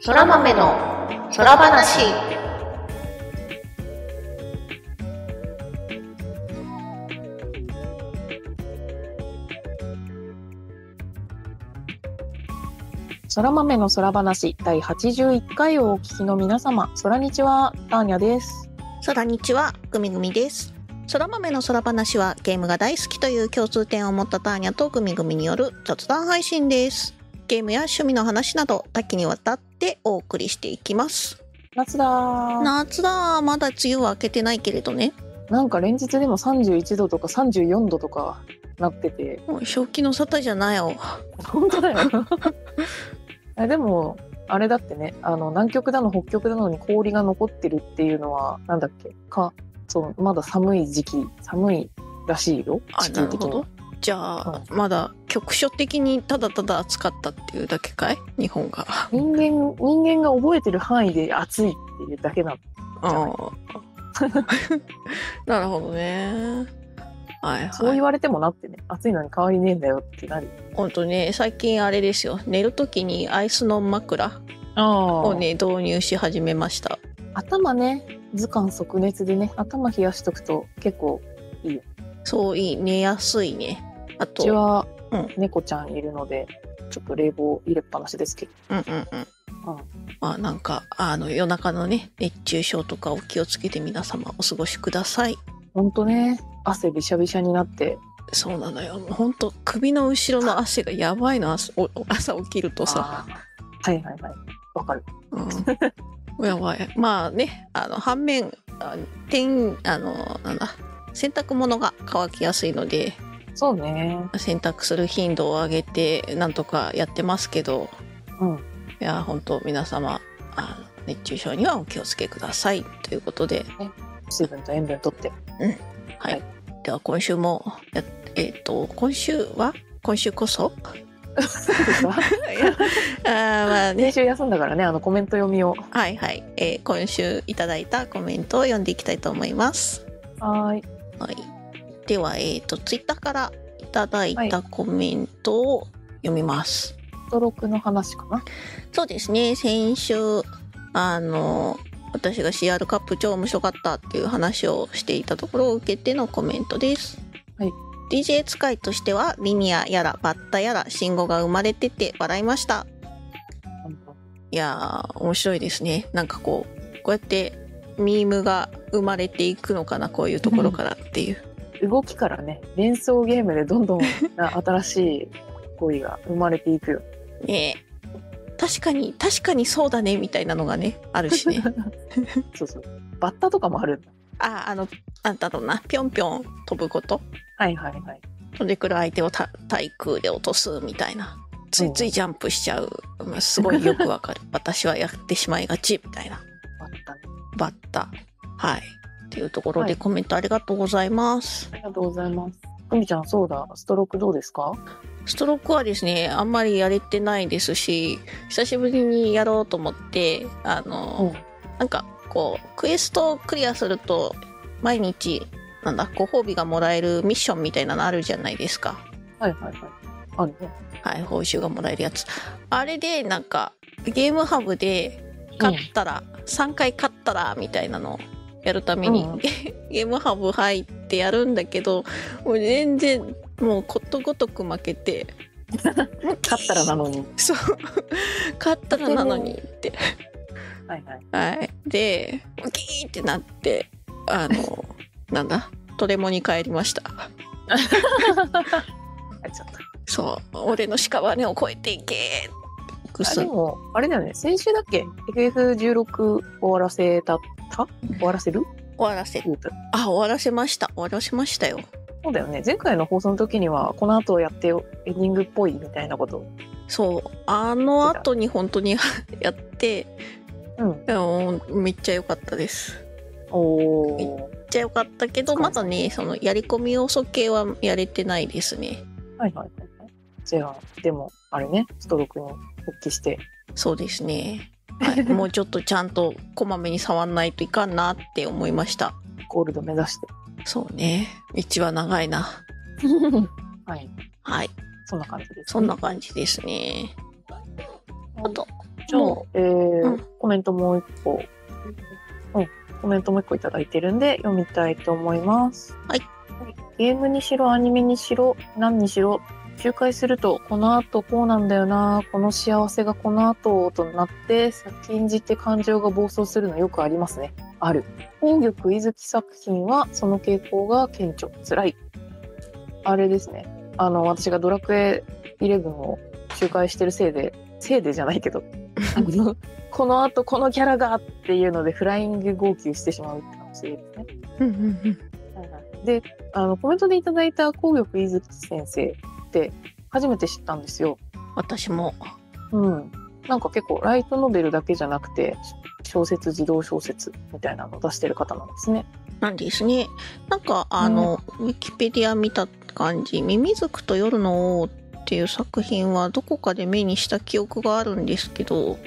そら豆の空話。空豆の空話第81回をお聞きの皆様、空日はターニャです。空日はグミグミです。空豆の空話はゲームが大好きという共通点を持ったターニャとグミグミによる雑談配信です。ゲームや趣味の話など多岐にわたってお送りしていきます。夏だーな夏だ、まだ梅雨は明けてないけれどね。んか連日でも31度とか34度とかなってて、もう正気の沙汰じゃないよ。本当だよ。 えでも、あれだってね、あの、南極だの北極だのに氷が残ってるっていうのは、なんだっけか、そう、まだ寒い時期、寒いらしいよ。あ、地な球る的ほにど。。じゃあ、まだ局所的にただただ暑かったっていうだけかい日本が。人間、人間が覚えてる範囲で暑いっていうだけなの。じゃないああ。 なるほどね。はいそうはい言。われてもなってね、暑いのに変わりねえんだよってなり。本当ね、最近あれですよ。寝るときにアイスの枕ああをね、導入し始めました。頭ね図鑑即熱でね頭冷やしとくと結構そういい、寝やすいね。あうちと、はうん猫ちゃんいるので、ちょっと冷房入れっぱなしですけどうんうんうん。うんまあなんか、あの、夜中のね、熱中症とかお気をつけて皆様お過ごしください。ほんとね汗びしゃびしゃになってそうなのよ。もうほんと、首の後ろの汗がやばいの、朝お朝起きるとさ。あーはいはいはいわかる うん、やばいまあねあの反面あ天あのなんだ洗濯物が乾きやすいのでそうね洗濯する頻度を上げてなんとかやってますけどうんいや本当皆様あの熱中症にはお気をつけくださいということで、水分と塩分とって はいはいでは今週もやっえっ、と今週は今週こ そいや あーまあね練習休んだからねあのコメント読みをはいはい、えー今週いただいたコメントを読んでいきたいと思います。はーいはい、では、えっとツイッターからいただいたコメントを読みます。ストロークの話かなそうですね先週あの私が CR カップ超面白かったっていう話をしていたところを受けてのコメントです。はい DJ 使いとしてはリニアやらバッタやら信号が生まれてて笑いました。いやー面白いですねなんかこうこうやってミームが生まれていくのかなこういうところからっていう、動きからね連想ゲームでどんどんな新しい恋が生まれていくよねえ確かに確かにそうだねみたいなのがねあるし ねそうそうバッタとかもあるんだああのなんだろうなぴょんぴょん飛ぶことはいはいはい飛んでくる相手をた対空で落とすみたいなついついジャンプしちゃう、まあすごいよくわ かる私はやってしまいがちみたいなバッタねバッタはいっていうところはでいコメントありがとうございます、ありがとうございます。ふみちゃん、そうだ、ストロークどうですか。ストロークはですねあんまりやれてないですし久しぶりにやろうと思ってあの、なんかこうクエストをクリアすると毎日なんだご褒美がもらえるミッションみたいなのあるじゃないですかはいはいはい。あるね。はい報酬がもらえるやつあれでなんかゲームハブで勝ったら、3回勝ったらみたいなのをやるために、うんゲームハブ入ってやるんだけどもう全然もうことごとく負けて勝ったらなのに。そう勝ったらなのにってはいはい。はいでウキーってなってあの なんだトレモに帰りましたあ、ちょっと。そう俺の屍を越えていけくあ、すでんも、あれだよね、先週だっけ、FF 十六終わらせた。た、終わらせる。終わらせ言うたあ終わらせました終わらせましたよそうだよね、前回の放送の時には、この後やってよ、エンディングっぽいみたいなこと。そうあの後に本当に やってうん。でもめっちゃ良かったですおお。めっちゃ良かったけどまだねそのやり込み要素系はやれてないですねはいはいはいはい。じゃあ、でも、あれね、ストロークに復帰して。そうですね、はい、もうちょっとちゃんとこまめに触んないといかんなって思いましたゴールド目指して。そうね道は長いなはい。はいそんな感じです、そんな。感じですねあとじゃあ、もえーうんコメントもう一個、うん、コメントもう一個いただいてるんで読みたいと思います。はい。ゲームにしろ、アニメにしろ、何にしろ、周回すると、この後こうなんだよな、この幸せがこの後となって、先んじて感情が暴走するのよくありますね。ある。本玉伊月作品は、その傾向が顕著。辛い。あれですね。あの、私がドラクエ11を周回してるせいで、せいでじゃないけど、あの このあとこのキャラがっていうのでフライング号泣してしまうって感じですね。うんうんであのコメントでいただいた紅玉伊月先生って初めて知ったんですよ。うん私もうん、なんか結構ライトノベルだけじゃなくて小説児童小説みたいなのを出してる方なんですね。なんですねなんかあの、ウィキペディア見た感じ「ミミズクと夜の王」っていう作品はどこかで目にした記憶があるんですけど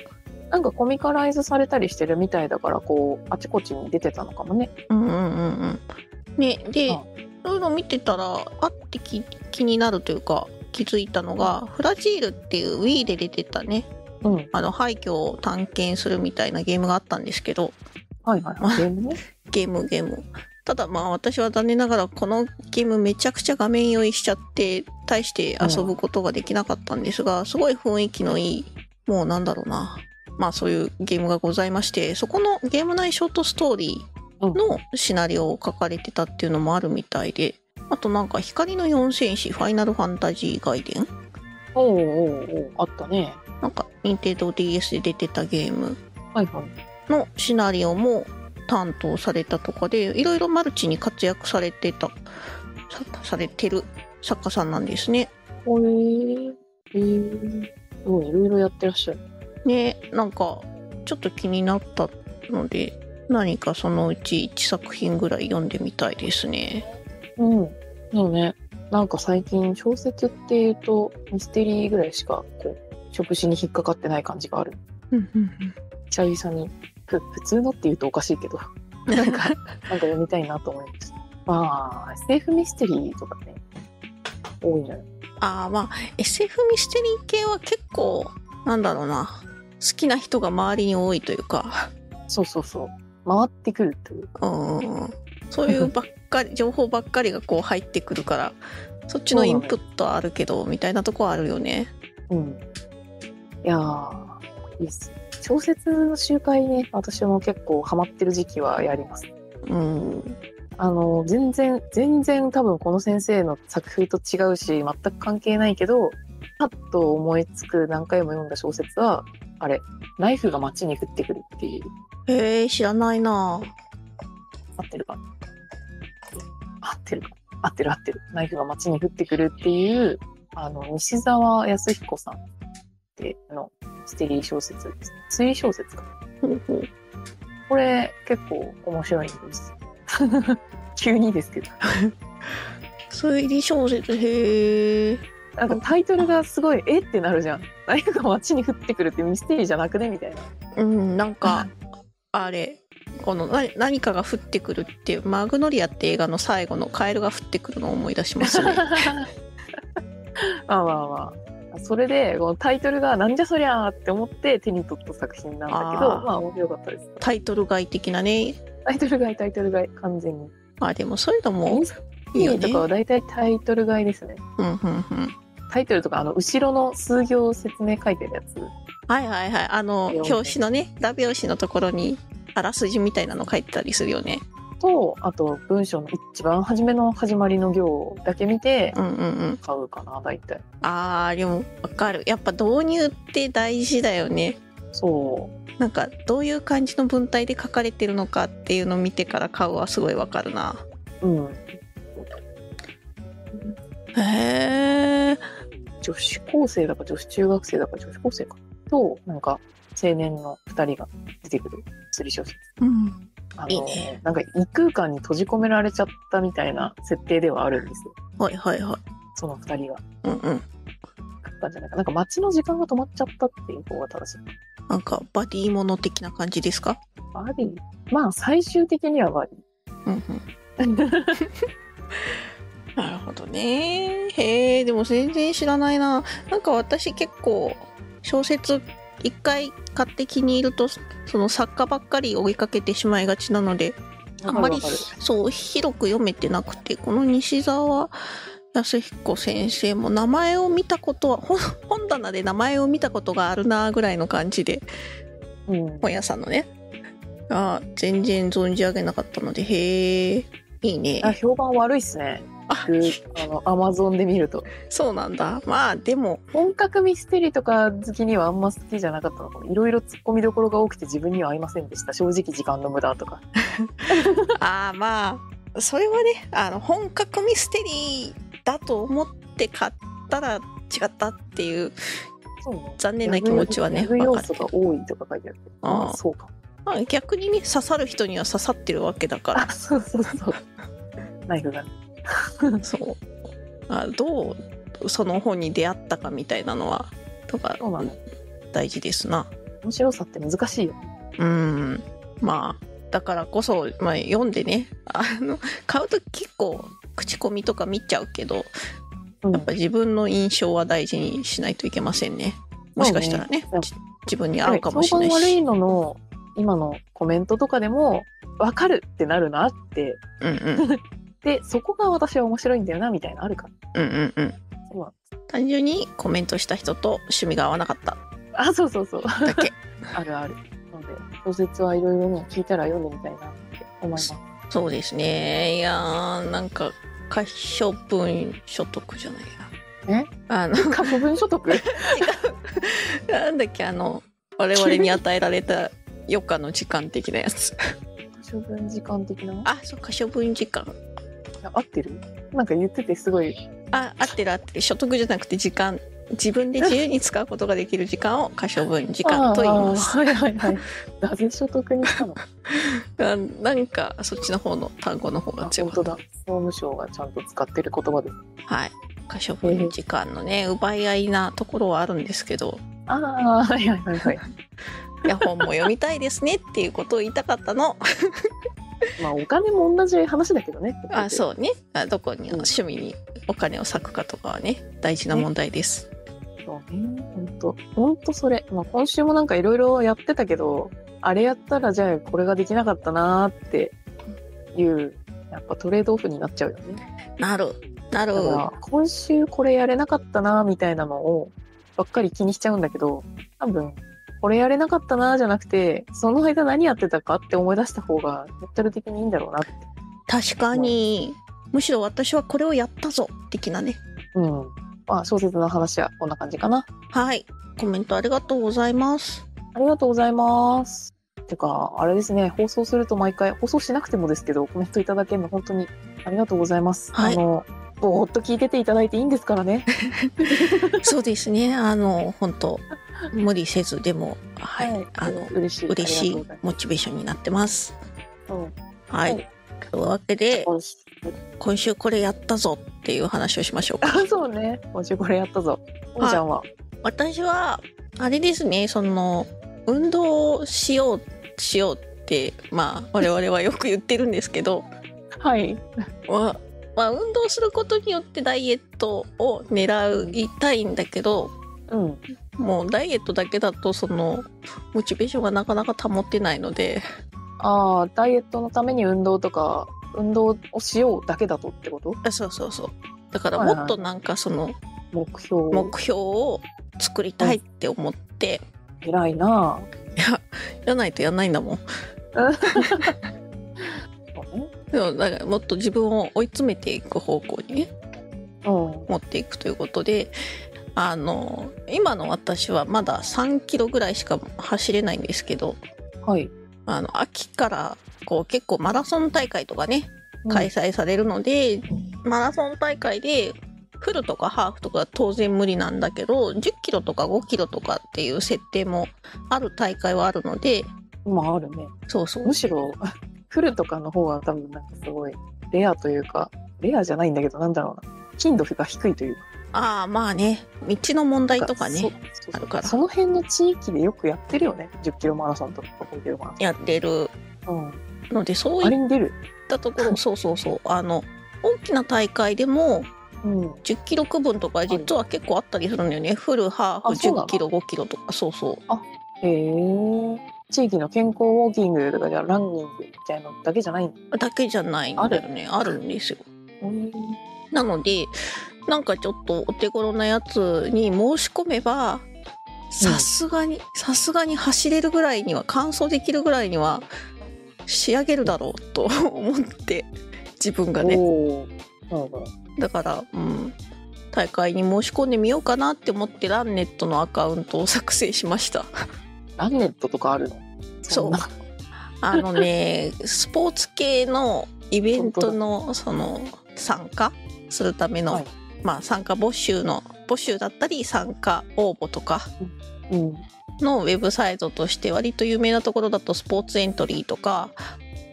なんかコミカライズされたりしてるみたいだからこうあちこちに出てたのかもね。うんうんうんうんねであそういうの見てたらあってき気になるというか気づいたのが「フラジール」っていう Wii で出てたねうん、あの廃墟を探検するみたいなゲームがあったんですけどはいはいはい。ゲームね。ゲームゲームただまあ私は残念ながらこのゲームめちゃくちゃ画面酔いしちゃって大して遊ぶことができなかったんですが、すごい雰囲気のいいもうなんだろうなまあそういうゲームがございましてそこのゲーム内ショートストーリーのシナリオを書かれてたっていうのもあるみたいであとなんか「光の四戦士ファイナルファンタジー外伝」 おうおうおうあったね。なんか任天堂 d s で出てたゲームはいはい。のシナリオも担当されたとかでいろいろマルチに活躍されてたさされてる作家さんなんですね。これ、えー、すごいいろいろやってらっしゃる。ねなんかちょっと気になったので何かそのうち1作品ぐらい読んでみたいですね。うん。そうね。なんか最近小説っていうとミステリーぐらいしかこう触手に引っかかってない感じがある。久々にふ普通のって言うとおかしいけど、なんかなんか読みたいなと思いました。まあ、SF ミステリーとかね、多いんじゃないああまあ SF ミステリー系は結構なんだろうな好きな人が周りに多いというかそうそうそう。回ってくるという。うんそういうばっかり情報ばっかりがこう入ってくるからそっちのインプットはあるけど、みたいなとこはあるよねうん。いやー、いいっす。小説の集会ね、私も結構ハマってる時期はやります。うんあの全然全然多分この先生の作風と違うし全く関係ないけどパッと思いつく何回も読んだ小説はあれナイフが街に降ってくるっていうへえ知らないな合ってるか合ってるか合ってる合ってるナイフが街に降ってくるっていうあの西澤康彦さんってあのミステリー小説です推理小説かほうほうこれ結構面白いんです 急にですけど推理小説へえなんかタイトルがすごいえってなるじゃん。何か街に降ってくるってミステリーじゃなくねみたいうな。んなんかあれこのな何かが降ってくるっていうマグノリアって映画の最後のカエルが降ってくるのを思い出します ねまあまあまあ。それでこのタイトルがなんじゃそりゃーって思って手に取った作品なんだけどあーまあ面白かったです。タイトル外的なねタイトル買いタイトル買い完全に。あでもそういうのミもステいいリよーねとかは大体タイトル買いですね。うんうんうんタイトルとかあの後ろの数行説明書いてるやつ。はいはいはいあのよ表紙のね裏表紙のところにあらすじみたいなの書いてたりするよねとあと文章の一番初めの始まりの行だけ見てうんうんうん買うかな大体。あーでもわかるやっぱ導入って大事だよねそう。なんかどういう感じの文体で書かれてるのかっていうのを見てから買うはすごいわかるなうん、へえ女子高生だか女子中学生だか女子高生かとなんか青年の2人が出てくる推理小説うんあのいいねなんか異空間に閉じ込められちゃったみたいな設定ではあるんですよはいはいはいその2人がうんうん空間じゃないかなんか街の時間が止まっちゃったっていう方が正しいなんかバディもの的な感じですかバディまあ最終的に はバデうィんうんなるほどねへえでも全然知らないななんか私結構小説一回買って気に入るとその作家ばっかり追いかけてしまいがちなのであんまりわかるそう広く読めてなくてこの西澤康彦先生も名前を見たことは本本棚で名前を見たことがあるなぐらいの感じでうん、本屋さんのねあー全然存じ上げなかったのでへえいいねあ評判悪いっすねあグーあのアマゾンで見るとそうなんだまあでも本格ミステリーとか好きにはあんま好きじゃなかったのかもいろいろツッコミどころが多くて自分には合いませんでした正直時間の無駄とかああまあそれはねあの本格ミステリーだと思って買ったら違ったっていうそうね残念な気持ちはねギャグ要分かる素が多いとか書いてあるけどあーまあそうかもまあ逆にね刺さる人には刺さってるわけだかあそうそうそうナイフがねらそうあどうその本に出会ったかみたいなのはとかそうなんだ大事ですな面白さって難しいようんまあだからこそ、まあ、読んでねあの買うと結構口コミとか見ちゃうけどうんやっぱ自分の印象は大事にしないといけませんね。もしかしたらねそうねじ自分に合うかもしれ評ない判悪いし。のの今のコメントとかでも分かるってなるなってうんうんでそこが私は面白いんだよなみたいなのあるからうんうんうん。そうなん単純にコメントした人と趣味が合わなかったあそうそうそうだ け。あるあるなので小説はいろいろね聞いたら読んでみたいなって思いますそうですね。いやーなんか可処分所得じゃないな。えあの過去分所 得なんだっけあの我々に与えられた余暇の時間的なや つ。処分時間的な あそう可処分時間。あ合ってるなんか言っててすごいあ合ってる合ってる所得じゃなくて時間。自分で自由に使うことができる時間を可処分時間と言います。あーはいはいはいなぜ所得にしたのあなんかそっちの方の単語の方 があ強か本当った。だ総務省がちゃんと使ってる言葉ですはい。可処分時間のね、奪い合いなところはあるんですけ ど、ああはいはいはいはいいや、本も読みたいですねっていうことを言いたかった の。 まあお金も同じ話だけどねあ、うそうね。あどこに、うん趣味にお金を割くかとかはね、大事な問題です。そうね本当本当それ、まあ、今週もなんかいろいろやってたけどあれやったらじゃあこれができなかったなーっていうやっぱトレードオフになっちゃうよねなる。なるだ。から今週これやれなかったなーみたいなのをばっかり気にしちゃうんだけど多分これやれなかったなーじゃなくてその間何やってたかって思い出した方がメンタル的にいいんだろうなって確かに、むしろ私はこれをやったぞ、的なね。うんまあ小説の話はこんな感じかなはい。コメントありがとうございます。ありがとうございます。てか、あれですね、放送すると毎回、放送しなくてもですけど、コメントいただけるの本当にありがとうございます。はいあの、ぼーっと聞いてていただいていいんですからね。そうですね。あの、本当無理せずでも、 はい。あの、嬉しい。嬉しありがとういございモチベーションになってます。ます。はい。はいというわけで、うん今週これやったぞっていう話をしましょうか。あそうね、今週これやったぞ。おんちゃんは。私は、あれですね、その、運動をしよう、しようって、まあ、我々はよく言ってるんですけど、はい。まあ、まあ、運動することによってダイエットを狙いたいんだけど、うん。もうダイエットだけだと、その、モチベーションがなかなか保ってないので、ああ、ダイエットのために運動とか、運動をしようだけだとってことあそうそうそう。だからもっとなんかその、目標を。目標を作りたいって思って、 偉いなややらないとやんないんだもんぁそうね。でもだからもっと自分を追い詰めていく方向にねうん。持っていくということであの今の私はまだ3キロぐらいしか走れないんですけどはい。あの秋からこう結構マラソン大会とかねうん開催されるので、マラソン大会でフルとかハーフとか当然無理なんだけど10キロとか5キロとかっていう設定もある大会はあるので今あるね。そうそうむしろフルとかの方が多分なんかすごいレアというかレアじゃないんだけどなんだろうな頻度が低いというかああまあね道の問題とかそねそうそうあるからその辺の地域でよくやってるよね1 0キロマラソンとか5キロマラやってるソン、のでそううん、あいれっに出るたところそうそうそうあの大きな大会でもうん、 10キロ区分とか実は結構あったりするんだよね、フルハーあフそうなの10キロ5キロとかそうそうへえ地域の健康ウォーキングとかじゃランニングみたいなのだけじゃないんだ、だけじゃないんだよねあるんですようん、なのでなんかちょっとお手頃なやつに申し込めばさすがにさすがに走れるぐらいには完走できるぐらいには仕上げるだろうと 思って自分がねおーなるほどだからうん大会に申し込んでみようかなって思ってランネットのアカウントを作成しましたランネットとかあるのんなあのねスポーツ系のイベントのその参加するための、はいまあ、参加募集の募集だったり参加応募とかうんのウェブサイトとして割と有名なところだとスポーツエントリーとか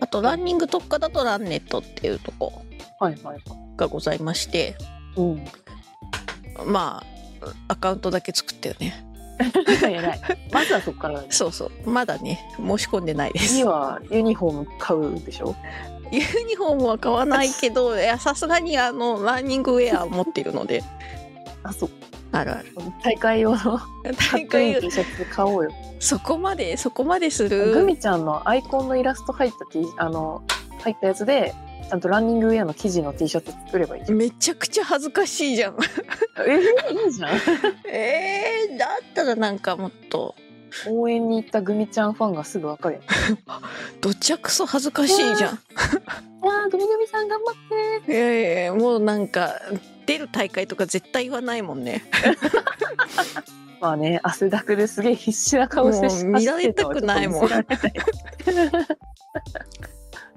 あとランニング特化だとランネットっていうとこはいはいはいがございましてうん まあアカウントだけ作ったよね偉いまずはそこからだねそうそうまだね申し込んでないです次はユニフォーム買うでしょユニフォームは買わないけどいやさすがにあのランニングウェアを持っているのであそうあるある大会用のかっ大こいい会 T シャツ買おうよそこまでそこまですグるミちゃんのアイコンのイラスト入った T あの入ったやつでちゃんとランニングウェアの生地の T シャツ作ればいいじゃんめちゃくちゃ恥ずかしいじゃんえいいじゃんえー、だったらなんかもっと応援に行ったグミちゃんファンがすぐわかるやんどちゃくそ恥ずかしいじゃんあーグミグミさん頑張っいやいやいやもうなんか出る大会とか絶対言わないもんねてまあね汗だくですげえ必死な顔してもう見られたくないもん 走ってたわちょっと見せられない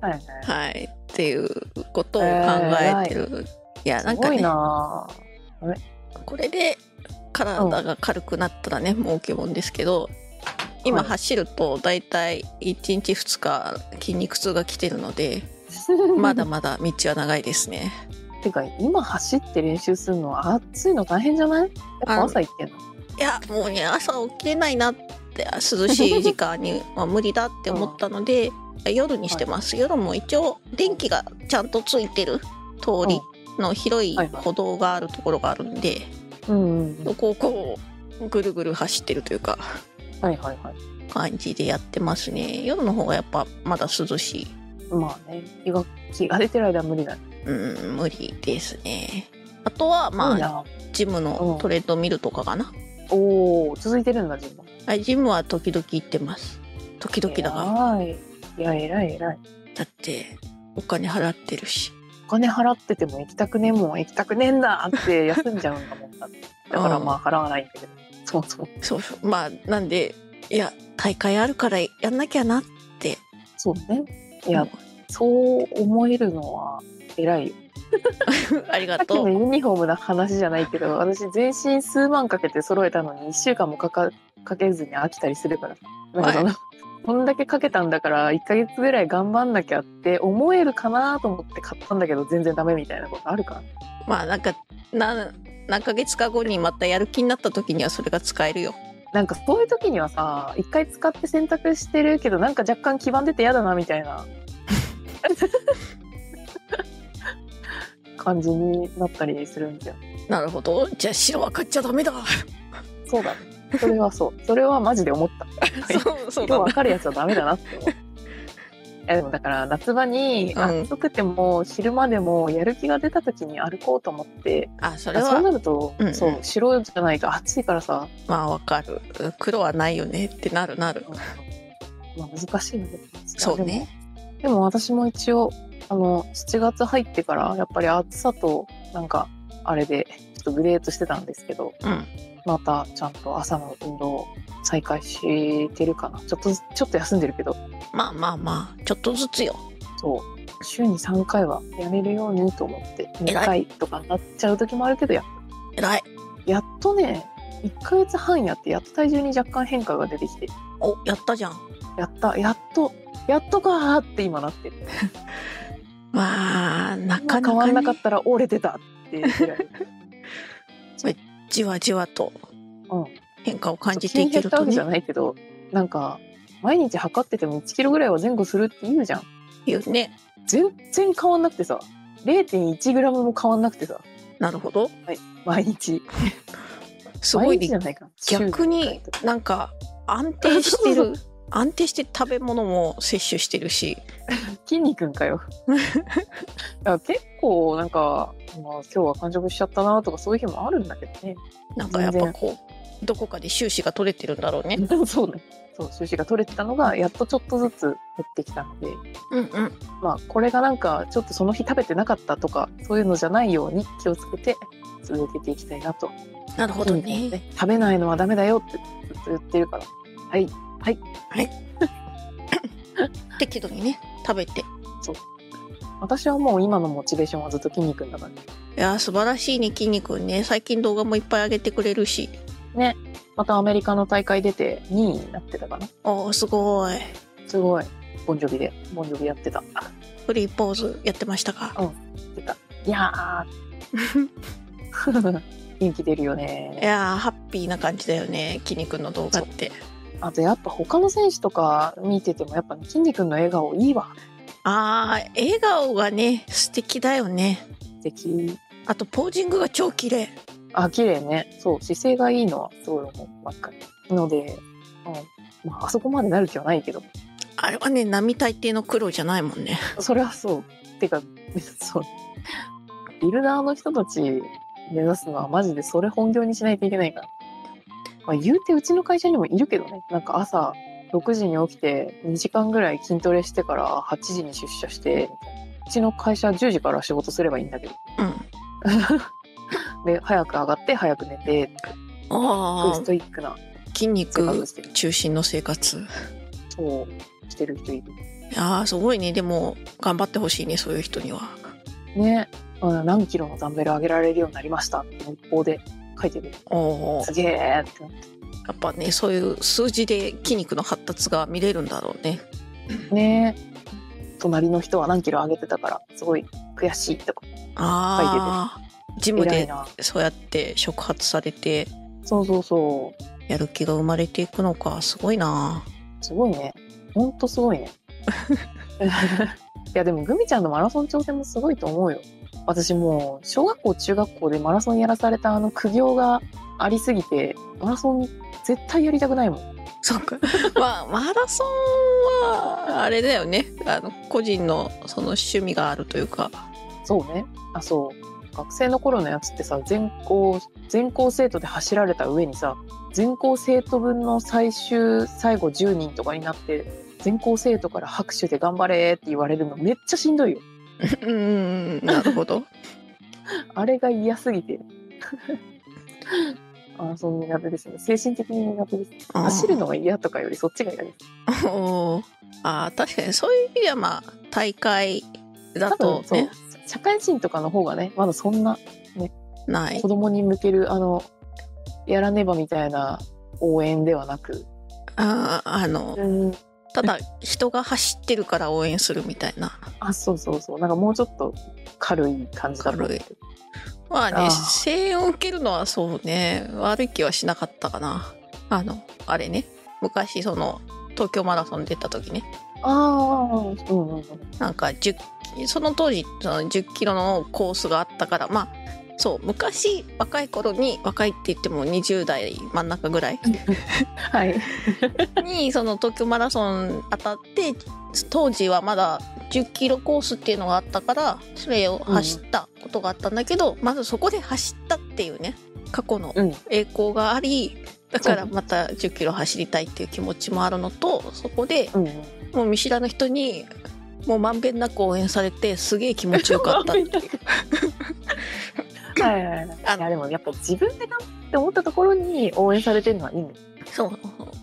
はいはいはいっていうことを考えてる、いやなんすかごいねなあこれで体が軽くなったらね、儲けもんですけど今はい走ると大体1日2日筋肉痛が来てるのでまだまだ道は長いですね てか今走って練習するのは暑いの大変じゃないやっぱ朝行ってんのいやもうね朝起きれないなって涼しい時間にまあ無理だって思ったので、夜にしてます、夜も一応電気がちゃんとついてる通りの広いはいはい歩道があるところがあるんで、うんうんうんそこをこうぐるぐる走ってるというかはいはいはい感じでやってますね夜の方がやっぱまだ涼しいまあね気が気が出てる間は無理だねうん無理ですねあとはまいいあなジムうのんトレッドミルとかかな、おお続いてるんだ自分あジムは時々行ってます時々だが偉いいや偉い偉いだってお金払ってるしお金払ってても行きたくねえもん行きたくねえんだって休んじゃうんだもんだ ってだからまあ払わないんだけど、そうそうそうそうまあなんでいや大会あるからやんなきゃなってそうねいいや、そう思えるのは偉いよ ありがさっきとのうユニフォームの話じゃないけど私全身数万かけて揃えたのに1週間もかかかけずに飽きたりするからなんかその、こんだけかけたんだから1ヶ月ぐらい頑張んなきゃって思えるかなと思って買ったんだけど全然ダメみたいなことあるからまあなんかなん何ヶ月か後にまたやる気になった時にはそれが使えるよなんかそういう時にはさ一回使って洗濯してるけどなんか若干黄ばんでて嫌だなみたいな感じになったりするんですよなるほどじゃあ白は買っちゃダメだそうだねそれはそうそれはマジで思ったそうそう今だな日分かるやつはダメだなって 思ういやでもだから夏場にうん暑くても昼間でもやる気が出た時に歩こうと思って、あそれあそうはなると、うんうんそう白じゃないと暑いからさ、まあわかる黒はないよねってなるなるまあ、難しいんだけどそうねでもでも私も一応あの7月入ってからやっぱり暑さとなんかあれでちょっとグレートしてたんですけどうんまたちゃんと朝の運動を再開してるかなちょっとずちょっと休んでるけどまあまあまあちょっとずつよそう週に3回はやれるようにと思って2回とかなっちゃう時もあるけどや偉いやっとね1ヶ月半やってやっと体重に若干変化が出てきておやったじゃんやったやっとやっとかーって今なってるまあなかなか、ね、変わんなかったら折れてたっていう ぐらいじわじわとうん変化を感じていけるそう気に入ったとわけじゃねないけどなんか毎日測ってても1キロぐらいは前後するって言うじゃんいうね全然変わんなくてさ0 1グラムも変わんなくてさなるほど毎日すごい毎日ねじゃないか逆週にに一回とかなんか安定してそるう安定して食べ物も摂取してるし筋肉んか よいや結構なんか、まあ、今日は完食しちゃったなとかそういう日もあるんだけどねなんかやっぱこうどこかで収支が取れてるんだろうねそうねそう収支が取れてたのがやっとちょっとずつ減ってきたのでうんうんまあこれがなんかちょっとその日食べてなかったとかそういうのじゃないように気をつけて続けていきたいなとなるほどね食べないのはダメだよってずっと言ってるからはい適度にね食べて私はもう今のモチベーションはずっと筋肉だからねいやー素晴らしいねきんに君ね最近動画もいっぱい上げてくれるしまたアメリカの大会出て2位になってたかなおーすごいすごいボンジョビでボンジョビやってたフリーポーズやってましたか出たいやー 元気出るよ いねやーハッピーな感じだよねきんに君の動画ってあとやっぱ他の選手とか見ててもやっぱ、ね、筋肉の笑顔いいわあー笑顔がね素敵だよね素敵あとポージングが超綺麗あ綺麗ねそう姿勢がいいのはそういうのばっかりので、うんまあ、あそこまでなる気はないけどあれはね並大抵の苦労じゃないもんねそれはそうてか そうビルダーの人たち目指すのはマジでそれ本業にしないといけないから、まあ、言うてうちの会社にもいるけどねなんか朝6時に起きて2時間ぐらい筋トレしてから8時に出社してみたいなうちの会社10時から仕事すればいいんだけどうん で早く上がって早く寝てあストイックなあ筋生活肉してる中心の生活そうしてる人いるああすごいねでも頑張ってほしいねそういう人にはね、うん、何キロのダンベル上げられるようになりましたって一方で書いてるおおすげえってなっやっぱねそういう数字で筋肉の発達が見れるんだろうねてね隣の人は何キロ上げてたからすごい悔しいとかああジム偉いでなそうやって触発されてそうそうそうやる気が生まれていくのかすごいなすごいねほんとすご いねいやでもグミちゃんのマラソン挑戦もすごいと思うよ私もう小学校中学校でマラソンやらされたあの苦行がありすぎてマラソン絶対やりたくないもんそうか まあマラソンはあれだよねあの個人のその趣味があるという かそうねあそう学生の頃のやつってさ全校全校生徒で走られた上にさ全校生徒分の最終最後10人とかになって全校生徒から拍手で頑張れって言われるのめっちゃしんどいようんうんうんなるほどあれが嫌すぎて あその苦手ですね精神的に苦手です 走るのが嫌とかよりそっちが嫌ですおーあー確かにそういう意味ではまあ大会だ多と分そうね社会人とかの方がねまだそんなない子供に向けるあのやらねばみたいな応援ではなくあーあのただ人が走ってるから応援するみたいなあそうそうそうなんかもうちょっと軽い感じだと思う軽いまあねあー声援を受けるのはそうね悪い気はしなかったかなあのあれね昔その東京マラソン出た時ねああうんうんうんなんか10キその当時その10キロのコースがあったからまあそう昔若い頃に若いって言っても20代真ん中ぐらいはいにその東京マラソン当たって当時はまだ10キロコースっていうのがあったからそれを走ったことがあったんだけど、まずそこで走ったっていうね過去のうん栄光がありだからそうまた10キロ走りたいっていう気持ちもあるのとそこでうんもう見知らぬ人にもうまんべんなく応援されてすげえ気持ちよ かった はいはいはいあいやでもやっぱ自分で頑張って思ったところに応援されてるのはいいねそう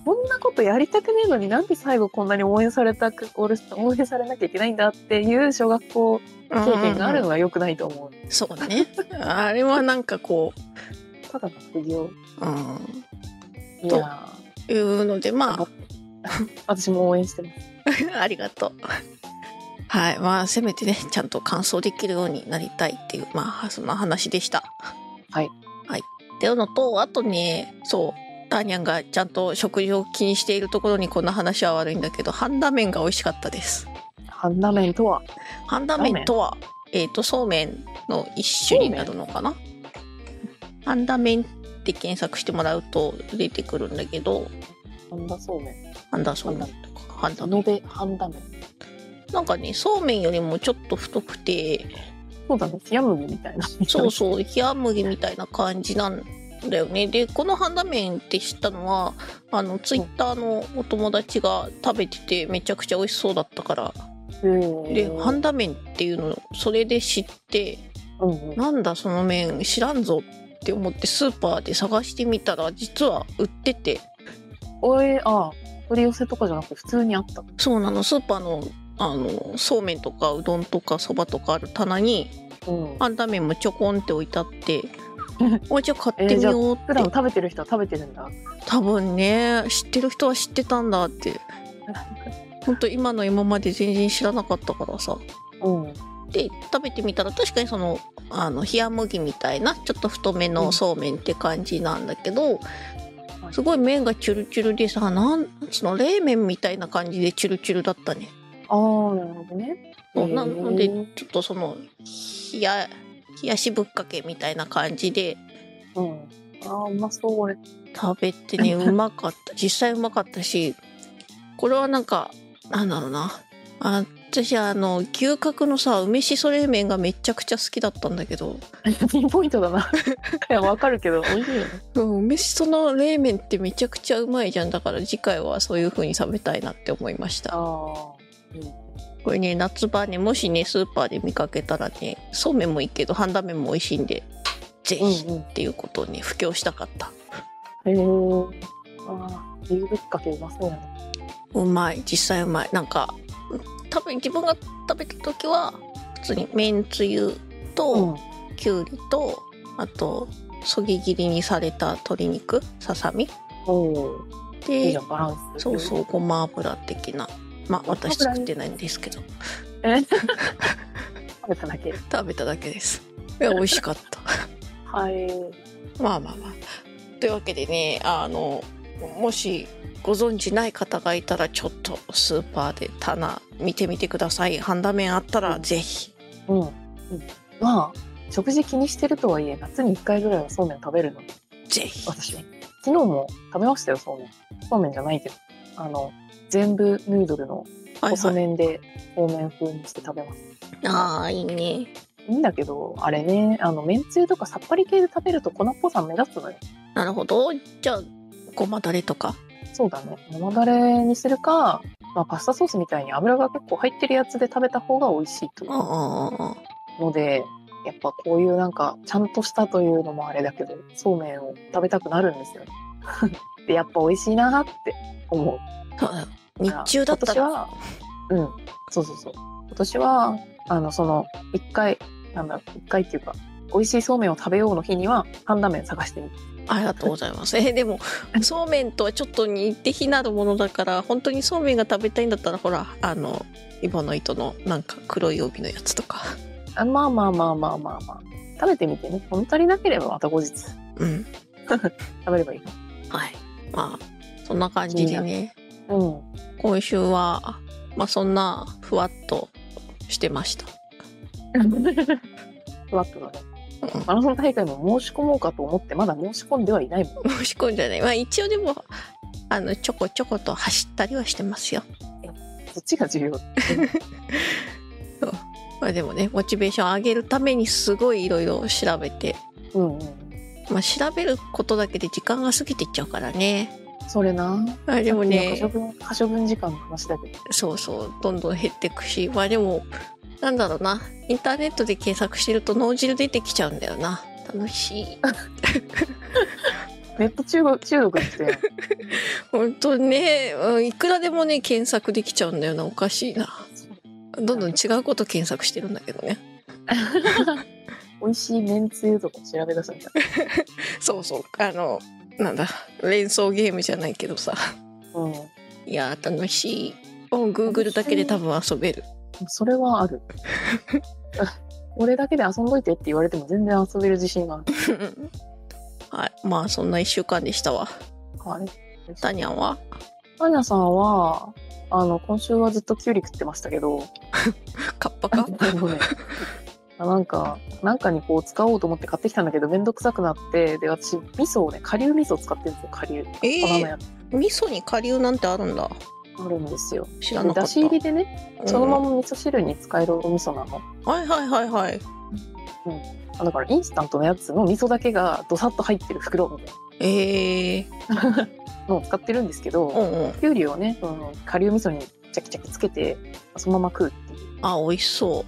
こんなことやりたくねえのになんで最後こんなに応援されたく俺応援されなきゃいけないんだっていう小学校経験があるのは良くないと思うそうねあれはなんかこただの副業ううんいやいうのでまあー私も応援してますありがとう。はい。まあ、せめてね、ちゃんと完走できるようになりたいっていう、まあ、そんな話でした。はい。はい。っていうのと、あとね、そう、ターニャンがちゃんと食事を気にしているところにこんな話は悪いんだけど、ハンダ麺が美味しかったです。ハンダメンとはハンダ麺とは、えっ、と、そうめんの一種になるのかなハンダ麺って検索してもらうと出てくるんだけど、半田そうめん。ハンダそうめんとか、ハンダ延べ半田麺。なんかね、そうめんよりもちょっと太くて、そうだね。冷麦みたいな。そうそう、冷麦みたいな感じなんだよね。で、このハンダ麺って知ったのは、あの、ツイッターのお友達が食べててめちゃくちゃ美味しそうだったから、 うん。で、ハンダ麺っていうのをそれで知って、うんうん。なんだその麺知らんぞって思ってスーパーで探してみたら実は売ってておい、あ、取り寄せとかじゃなくて普通にあった。そうなのスーパーのあのそうめんとかうどんとかそばとかある棚にうん。あんた麺もちょこんって置いてあ っておじゃあ買ってみようって、普段食べてる人は食べてるんだ。多分ね知ってる人は知ってたんだってほんと今の今まで全然知らなかったからさうん。で食べてみたら確かにそのあの冷麦みたいなちょっと太めのそうめんって感じなんだけど、はいすごい麺がチュルチュルでさなんその冷麺みたいな感じでチュルチュルだったねああ、なるほどね。そうなのへでーちょっとその冷や冷やしぶっかけみたいな感じでうん。ああ、うまそう、これ。食べてねうまかった実際うまかったしこれはなんかなんだろうなあ私あの牛角のさ梅しそ冷麺がめちゃくちゃ好きだったんだけど ピンポイントだな。 いや、わかるけど、美味しいよね。うん、梅しその冷麺ってめちゃくちゃうまいじゃんだから次回はそういう風に食べたいなって思いましたあこれね夏場ねもしねスーパーで見かけたらねそうめんもいいけど半田麺も美味しいんでぜあ。うんひうっん。ていうことをね布教したかったへえ。ああ、牛ぶっかけうまそうやな。うまい実際うまいなんか多分自分が食べた時は普通にめんつゆとん。きゅうりとあとそぎ切りにされた鶏肉ささみおお。でいいじゃん、バランス。。そうそううごま油的なまあ私ごま油作ってないんですけどえ食べただけ。食べただけですいや美味しかった はい。まあまあまあというわけでねあのもしご存知ない方がいたらちょっとスーパーで棚見てみてくださいハンダ麺あったらうんぜひ、うん。うんまあ、食事気にしてるとはいえ、夏に一回ぐらいはそうめん食べるの。ぜひ私は。昨日も食べましたよ、そうめん。そうめんじゃないけど。あの、全部ヌードルのはい細はい麺でそうめん風にして食べます。ああいいねいいんだけど、あれね、あの、めんつゆとかさっぱり系で食べると粉っぽさ目立つのよ。なるほどじゃあごまだれとかそうだね。生だれにするか、まあ、パスタソースみたいに油が結構入ってるやつで食べた方が美味しいといううんうんうんうんので、やっぱこういうなんか、ちゃんとしたというのもあれだけど、そうめんを食べたくなるんですよ。 で、やっぱ美味しいなって思う。そうだよ日中だったら今年はうんそうそうそう今年はあのその一回なんだろう一回っていうか美味しいそうめんを食べようの日には半田麺探してみるありがとうございます。えでもそうめんとはちょっと似て非なるものだから本当にそうめんが食べたいんだったらほらあのイボの糸のなんか黒い帯のやつとか。あまあまあまあまあまあまあ食べてみてね物足りなければまた後日食うんべればいいかはい。まあそんな感じでねら うん今週はまあそんなふわっとしてました。ふわっとだねうんマラソン大会も申し込もうかと思ってまだ申し込んではいないもん申し込んじゃない。まあ一応でもあのちょこちょこと走ったりはしてますよ。そっちが重要まあでもねモチベーション上げるためにすごいいろいろ調べて。うんうんまあ調べることだけで時間が過ぎていっちゃうからね。それなあでもね。可処分可処分時間の話だけどそうそうどんどん減ってくしまあでもなんだろうなインターネットで検索してると脳汁出てきちゃうんだよな楽しいネット中国中毒って 本当ね、うん、いくらでもね検索できちゃうんだよなおかしいなどんどん違うこと検索してるんだけどね美味しいめんつゆとか調べ出すみたいそうそうあのなんだ連想ゲームじゃないけどさな。うん。いやー楽しいうん Google だけで多分遊べるそれはある。 俺だけで遊んどいてって言われても全然遊べる自信がある。はいまあそんな1週間でしたわはい。タニャンはアニャさんは、あの、今週はずっとキュウリ食ってましたけど、 カッパかごめんあなんかなんかにこう使おうと思って買ってきたんだけどめんどくさくなってで私味噌をね顆粒味噌を使ってるんですよ顆粒え粉のー、やつ味噌に顆粒なんてあるんだあるんですよ知らでなかだったし入りでねうんそのまま味噌汁に使えるお味噌なの、はいはいはいはいあだからインスタントのやつの味噌だけがどさっと入ってる袋みたいええなのを使ってるんですけうどんうんきゅうりをねその顆粒味噌にチャキチャキつけてそのまま食うっていうあ美味しそ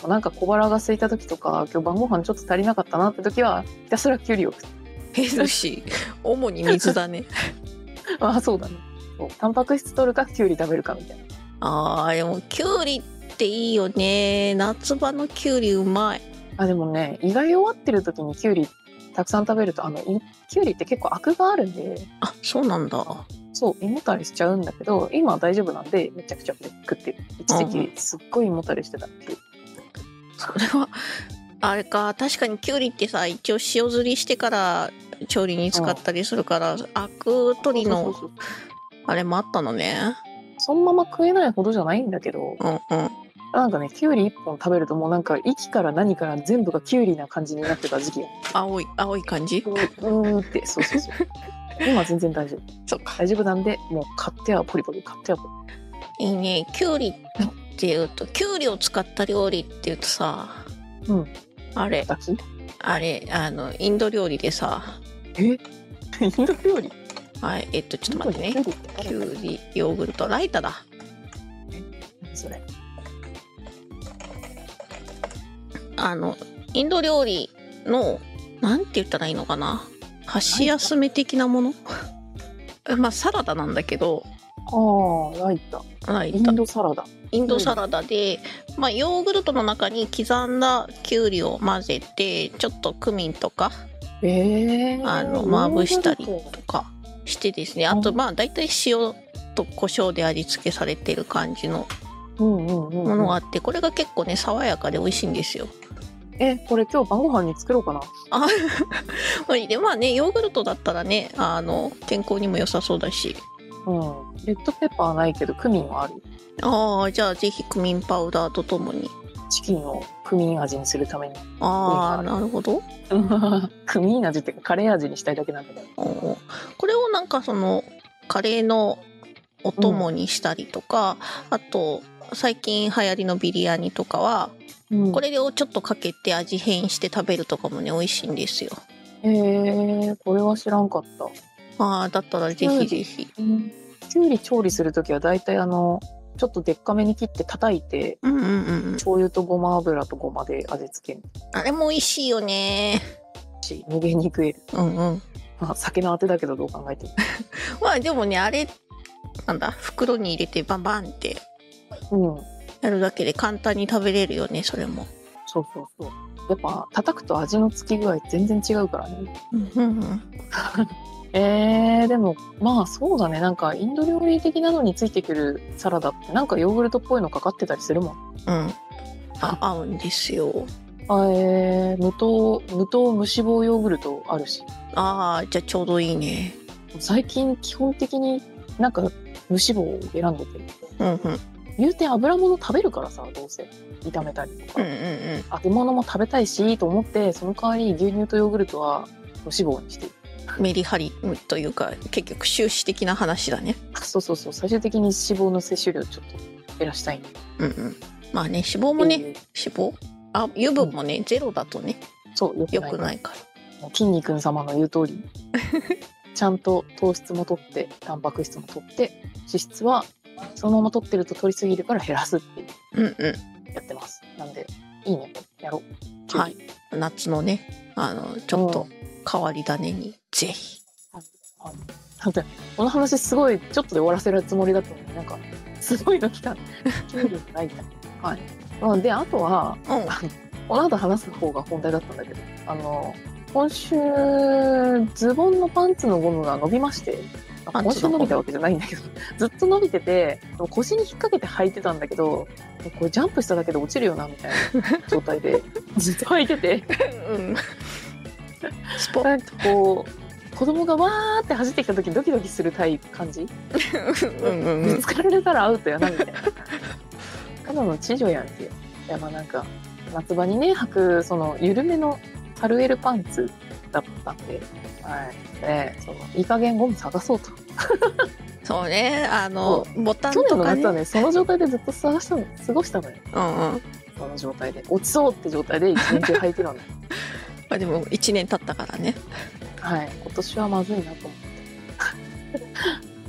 そうなんか小腹が空いた時とか今日晩ご飯ちょっと足りなかったなって時はひたすらきゅうりを食って うヘルシー主に水だねああそうだねそうタンパク質取るかきゅうり食べるかみたいなあーでもきゅうりっていいよね夏場のきゅうりうまいあでもね胃が弱ってる時にきゅうりたくさん食べるとあのいきゅうりって結構アクがあるんであそうなんだそう胃もたれしちゃうんだけど今は大丈夫なんでめちゃくちゃ食ってる一時うん期すっごい胃もたれしてたっていうそれはあれか確かにきゅうりってさ一応塩ずりしてから調理に使ったりするからアク取りそのうそうそうあれもあったのねそのまま食えないほどじゃないんだけどうんうんなんかねきゅうり1本食べるともうなんか息から何から全部がきゅうりな感じになって た時期が青い青い感じうーんって そうそうそう今全然大丈夫そっか大丈夫なんでもう買ってはポリポリ買ってはポリいいねきゅうりっていうときゅうりを使った料理っていうとさ、うん、あれポリあれあのインド料理でさインド料理はいえっとちょっと待ってねきゅうりヨーグルトライタだ何それあのインド料理のなんて言ったらいいのかな箸休め的なもの まあサラダなんだけどああライタライイタンドサラダインドサラダで、まあ、ヨーグルトの中に刻んだきゅうりを混ぜてちょっとクミンとかええあのまぶしたりとかしてですねあとまあ大体塩と胡椒で味付けされてる感じのうんうんうんものがあってこれが結構ね爽やかで美味しいんですよ。えこれ今日晩ご飯に作ろうかなあでまあねヨーグルトだったらねあの健康にも良さそうだしうんレッドペッパーはないけどクミンはあるああじゃあぜひクミンパウダーとともにチキンをクミン味にするた めにああクミンパウダーなるほどクミン味っていうかカレー味にしたいだけなんだけどおうおうこれをなんかそのカレーのお供にしたりとか、あと最近流行りのビリヤニとかはうんこれをちょっとかけて味変して食べるとかもね美味しいんですよへえこれは知らんかったああだったらぜひぜひきゅうり調理するときは大体あのちょっとでっかめに切って叩いてうんうんうん醤油とごま油とごまで味付けるあれも美味しいよねし無限に食える、うんうんまあ、酒のあてだけどどう考えてもまあでもねあれなんだ袋に入れてバンバンってうんやるだけで簡単に食べれるよねそれもそうそうそうやっぱ叩くと味の付き具合全然違うからねうんうんうんえー、でもまあそうだねなんかインド料理的なのについてくるサラダってなんかヨーグルトっぽいのかかってたりするもんうんあ合うんですよあえー、無糖無糖無脂肪ヨーグルトあるしああじゃあちょうどいいね最近基本的になんか無脂肪を選んでてうんうん言うて油物食べるからさどうせ炒めたりとうか、んうんうん揚げ物も食べたいしと思ってその代わり牛乳とヨーグルトは無脂肪にしてるメリハリというか結局終始的な話だねあそうそうそう最終的に脂肪の摂取量ちょっと減らしたいねうんうんまあね脂肪もね脂肪あ油分もね、ゼロだとねそうよく良ないくないから筋肉様の言う通りちゃんと糖質も取ってタンパク質も取って脂質はそのまま取ってると取りすぎるから減らすっていううんうやってますなんでいいねやろう、んはい夏のねあのちょっと変わり種にぜひ なんかこの話すごいちょっとで終わらせるつもりだったのになんかすごいの来た給料ないかはい、まあ、であとはうんこの後話す方が本題だったんだけどあの今週ズボンのパンツのゴムが伸びましてあパン今ツ週のゴム伸びたわけじゃないんだけど ずっと伸びてて腰に引っ掛けて履いてたんだけどこれジャンプしただけで落ちるよなみたい な状態でずっと履いててうんスポなんかこう子供がわーって走ってきた時ドキドキするタイプ感じうんうんうぶんつかられたらアウトやなみたいなただの知女やんけいやまあなんか夏場にね履くその緩めのサルエルパンツだったんで、はいね、そのいい加減ゴム探そうとそうねあのボタン去と年のか夏はねねその状態でずっと探したの過ごしたのようんうんまその状態で落ちそうって状態で一年中履いてたのよあでも1年経ったからねはい今年はまずいなと思って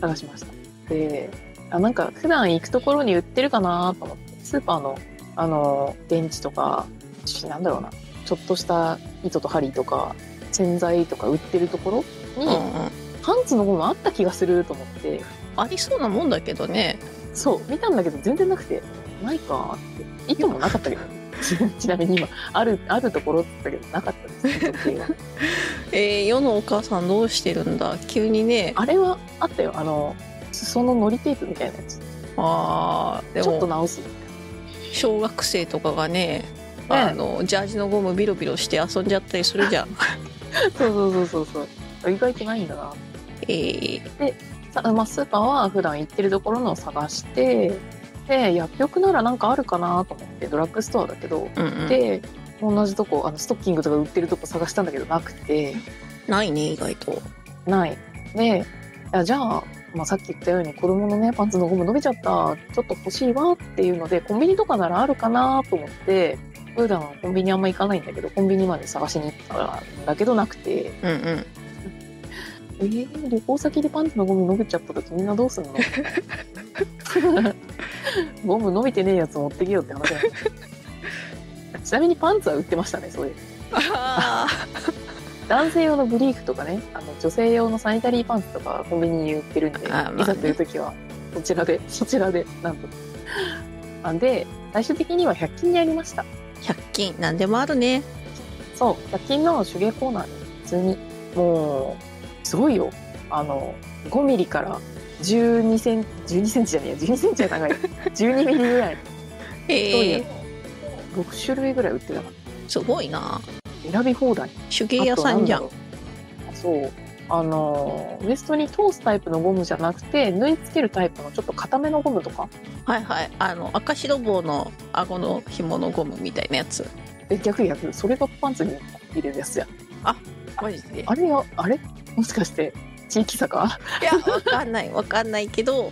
探しましたであなんか普段行くところに売ってるかなと思ってスーパーのあの電池とかしなんだろうなちょっとした糸と針とか洗剤とか売ってるところうんに、うんパンツのゴムあった気がすると思ってありそうなもんだけどねそう見たんだけど全然なくてないかーって意図もなかったけど ちちなみに今あるあるところって言ったけどなかったです時計は えー世のお母さんどうしてるんだ急にねあれはあったよあの裾ののりテープみたいなやつちあーでょっもと直す小学生とかがねあのジャージのゴムビロビロして遊んじゃったりするじゃんそうそうそうそうそう意外とないんだなえーさ、まあ、スーパーは普段行ってるところのを探してで薬局ならなんかあるかなと思ってドラッグストアだけどうんうん、で同じとこあのストッキングとか売ってるとこ探したんだけどなくてないね意外とない。で、あじゃあ、まあ、さっき言ったように子供のね、パンツのゴム伸びちゃった、ちょっと欲しいわっていうので、コンビニとかならあるかなと思って、普段はコンビニあんま行かないんだけど、コンビニまで探しに行ったんだけどなくて、うんうんえー、旅行先でパンツのゴム伸びちゃった時みんなどうす んのゴム伸びてねえやつ持ってけよって話なんだけどちなみにパンツは売ってましたね、そういう。あ男性用のブリーフとかねあの女性用のサニタリーパンツとかコンビニに売ってるんで、あまあねいざという時はそちらでそちらでなんとあで最終的には100均にありました100均何でもあるねそう100均の手芸コーナーに普通にもうすごいよあの5ミリから12セン12センチじゃねえや12センチは長い12ミリぐらい太い えやー、つ6種類ぐらい売ってたかすごいなら選び放題手芸屋さんじゃんあとなんだろうそうあのウエストに通すタイプのゴムじゃなくて縫い付けるタイプのちょっと固めのゴムとかはいはいあの赤白棒の顎の紐のゴムみたいなやつえ逆逆それがパンツに入れるやつやマジでいあれやあれもしかして地域差かやわかんないわかんないけど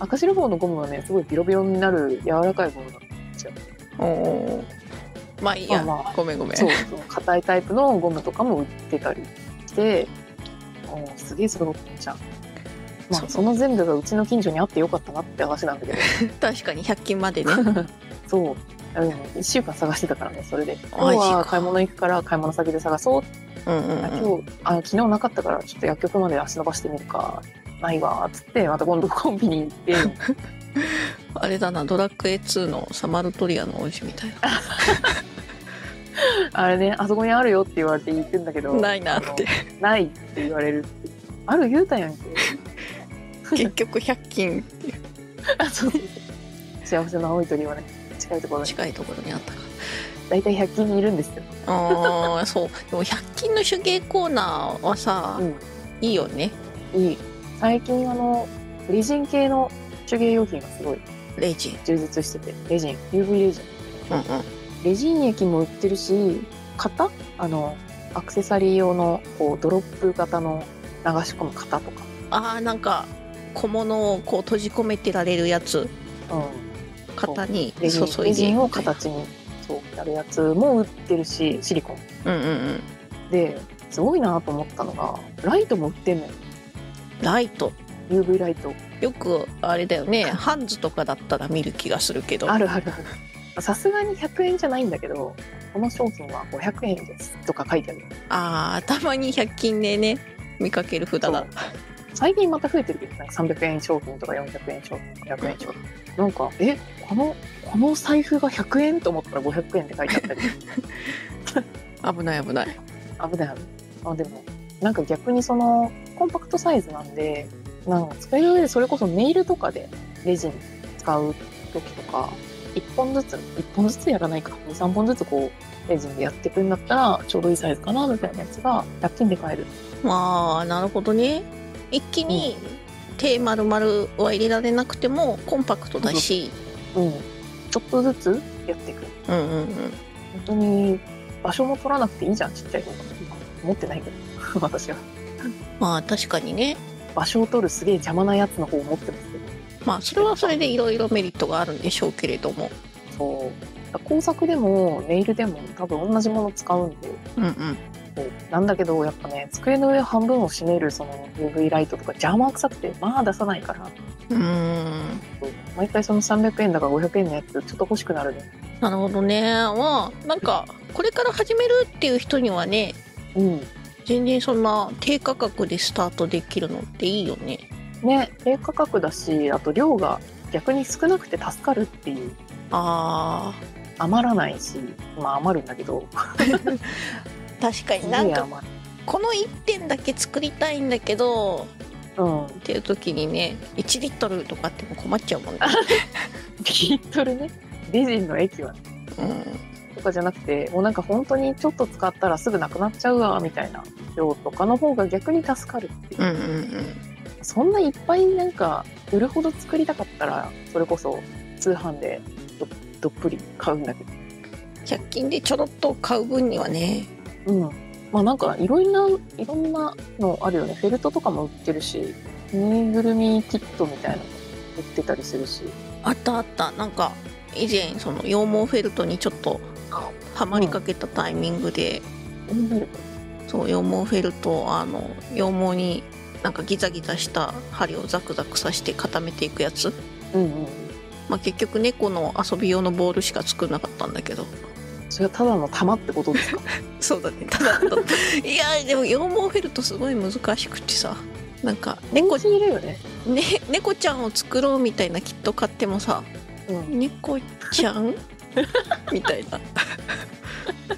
赤白棒のゴムはねすごいビロビロになる柔らかいゴムなのおーまあいいや、まあまあごめんごめんそうその硬いタイプのゴムとかも売ってたりしておーすげえ揃ってんじゃんまそあうその全部がうちの近所にあってよかったなって話なんだけど確かに100均ま でねそう。うん、1週間探してたからね、それで。今マジ日かは買い物行くから買い物先で探そう。うんうん、うん、今日、あ、昨日なかったからちょっと薬局まで足伸ばしてみるか。ないわ、つって、また今度コンビニ行 って。あれだなドラッグ A2 のサマルトリアの王子みたいあれね、あそこにあるよって言われて行くんだけど。なないなってあの。ないって言われるって。ある言うたやんけ。 結局100均あそうそう幸せの青い鳥はね、近いところに。近いところにあったか 大体100均にいるんですよ。あーそうでも100均の手芸コーナーはさ、うん。いいよねいい。最近、あの、レジン系の手芸用品がすごいレジン充実してて。レジン、UV レジン。うんうんレジン液も売ってるし型あのアクセサリー用のこうドロップ型の流し込む型とか、あーなんか小物をこう閉じ込めてられるやつうん、型にレジン注レいジでンを形にそうやるやつも売ってるしシリコンうんうんうんですごいなと思ったのがライトも売ってんのよライト UV ライトよくあれだよねハンズとかだったら見る気がするけどあるあ るあるさすがに100円じゃないんだけどこの商品は500円ですとか書いてあるあーたまに100均でね見かける札だ最近また増えてるけどなんか300円商品とか400円商品とか100円商品なんかえこのこの財布が100円と思ったら500円って書いてあったり危ない危ない危ない危ないあでもなんか逆にそのコンパクトサイズなんでなんか使える上でそれこそネイルとかでレジン使う時とか1本ずつ1本ずつやらないか23本ずつこうレジンでやっていくんだったらちょうどいいサイズかなみたいなやつが100均で買えるまあなるほどね一気に手丸々は入れられなくてもコンパクトだしうんちょっとずつやっていくうんうん本当に場所も取らなくていいじゃんちっちゃい子が持ってないけど 私はまあ確かにね場所を取るすげえ邪魔なやつの方を持ってますけどまあそれはそれでいろいろメリットがあるんでしょうけれどもそう工作でもネイルでも多分同じもの使うんでうんうんこうなんだけどやっぱね机の上半分を占めるその UV ライトとか邪魔くさくてまあ出さないからうーん毎回その300円だから500円のやつちょっと欲しくなるねなるほどねまあなんかこれから始めるっていう人にはねうん全然そんな低価格でスタートできるのっていいよねね低価格だしあと量が逆に少なくて助かるっていうあ余らないしまあ余るんだけど ー確かになすんげえか余るこの1点だけ作りたいんだけどうん っていう時にね1リットルとかあっても困っちゃう もんね、ビートルね美人の駅はねうん、とかじゃなくてもうなんか本当にちょっと使ったらすぐなくなっちゃうわみたいな量とかの方が逆に助かるっていううんうんうんそんないっぱいなんか売るほど作りたかったらそれこそ通販でどどっぷり買うんだけ100均でちょろっと買う分にはねどうんまあなんかいろんないろんなのあるよねフェルトとかも売ってるしぬいぐるみキットみたいなの売ってたりするしあったあったなんか以前その羊毛フェルトにちょっとハマりかけたタイミングで、うんフェルトそう羊毛フェルトをあの羊毛になんかギザギザした針をザクザク刺して固めていくやつ、うんうんうんまあ、結局猫の遊び用のボールしか作んなかったんだけどそれはただの玉ってことですかそうだねただの いやでも羊毛フェルトすごい難しくてさなんか 猫,、ちいるよね、ね、猫ちゃんを作ろうみたいなキット買ってもさうん、猫ちゃ んみたいな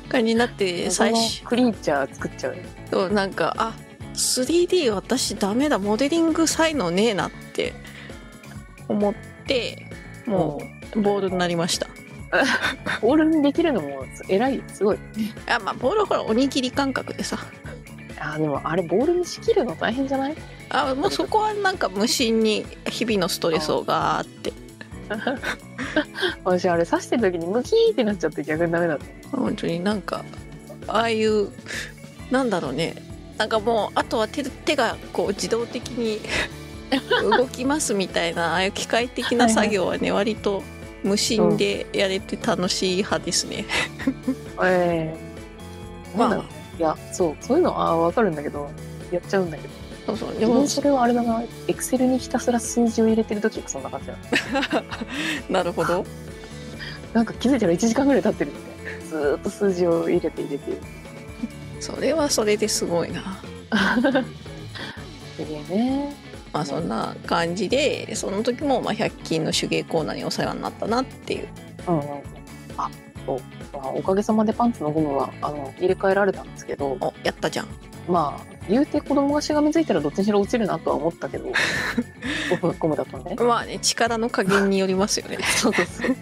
感じになって最謎初のクリーチャー作っちゃうよねそうなんかあ 3D 私ダメだモデリング才能ねえなって思ってもうボールになりましたボールにできるのも偉いよすごいあまあボールはほらおにぎり感覚でさあーでもあれボールに仕切るの大変じゃないあもうそこはなんか無心に日々のストレスをガーって私あれ刺してる時にムキーってなっちゃって逆にダメだった本当になんかああいうなんだろうねなんかもうあとは手手がこう自動的 に動きますみたいなああいう機械的な作業はね割と無心でやれて楽しい派ですね。ええままああいやそうそういうのはあーわかるんだけどやっちゃうんだけどそうそうで自分もそれはあれだなエクセルにひたすら数字を入れてる時がそんな感じなのなるほどなんか気づいたら1時間ぐらい経ってるみたいなずーっと数字を入れて入れてそれはそれですごいな。すげえねまあそんな感じでその時もまあ100均の手芸コーナーにお世話になったなっていう。うんうんあそうまあおかげさまでパンツのゴムはあの入れ替えられたんですけどおやったじゃん。まあ言うて子供がしがみついたらどっちにしろ落ちるなとは思った けどゴムゴムだったんでねまあね力の加減によりますよね。 そうそうそう。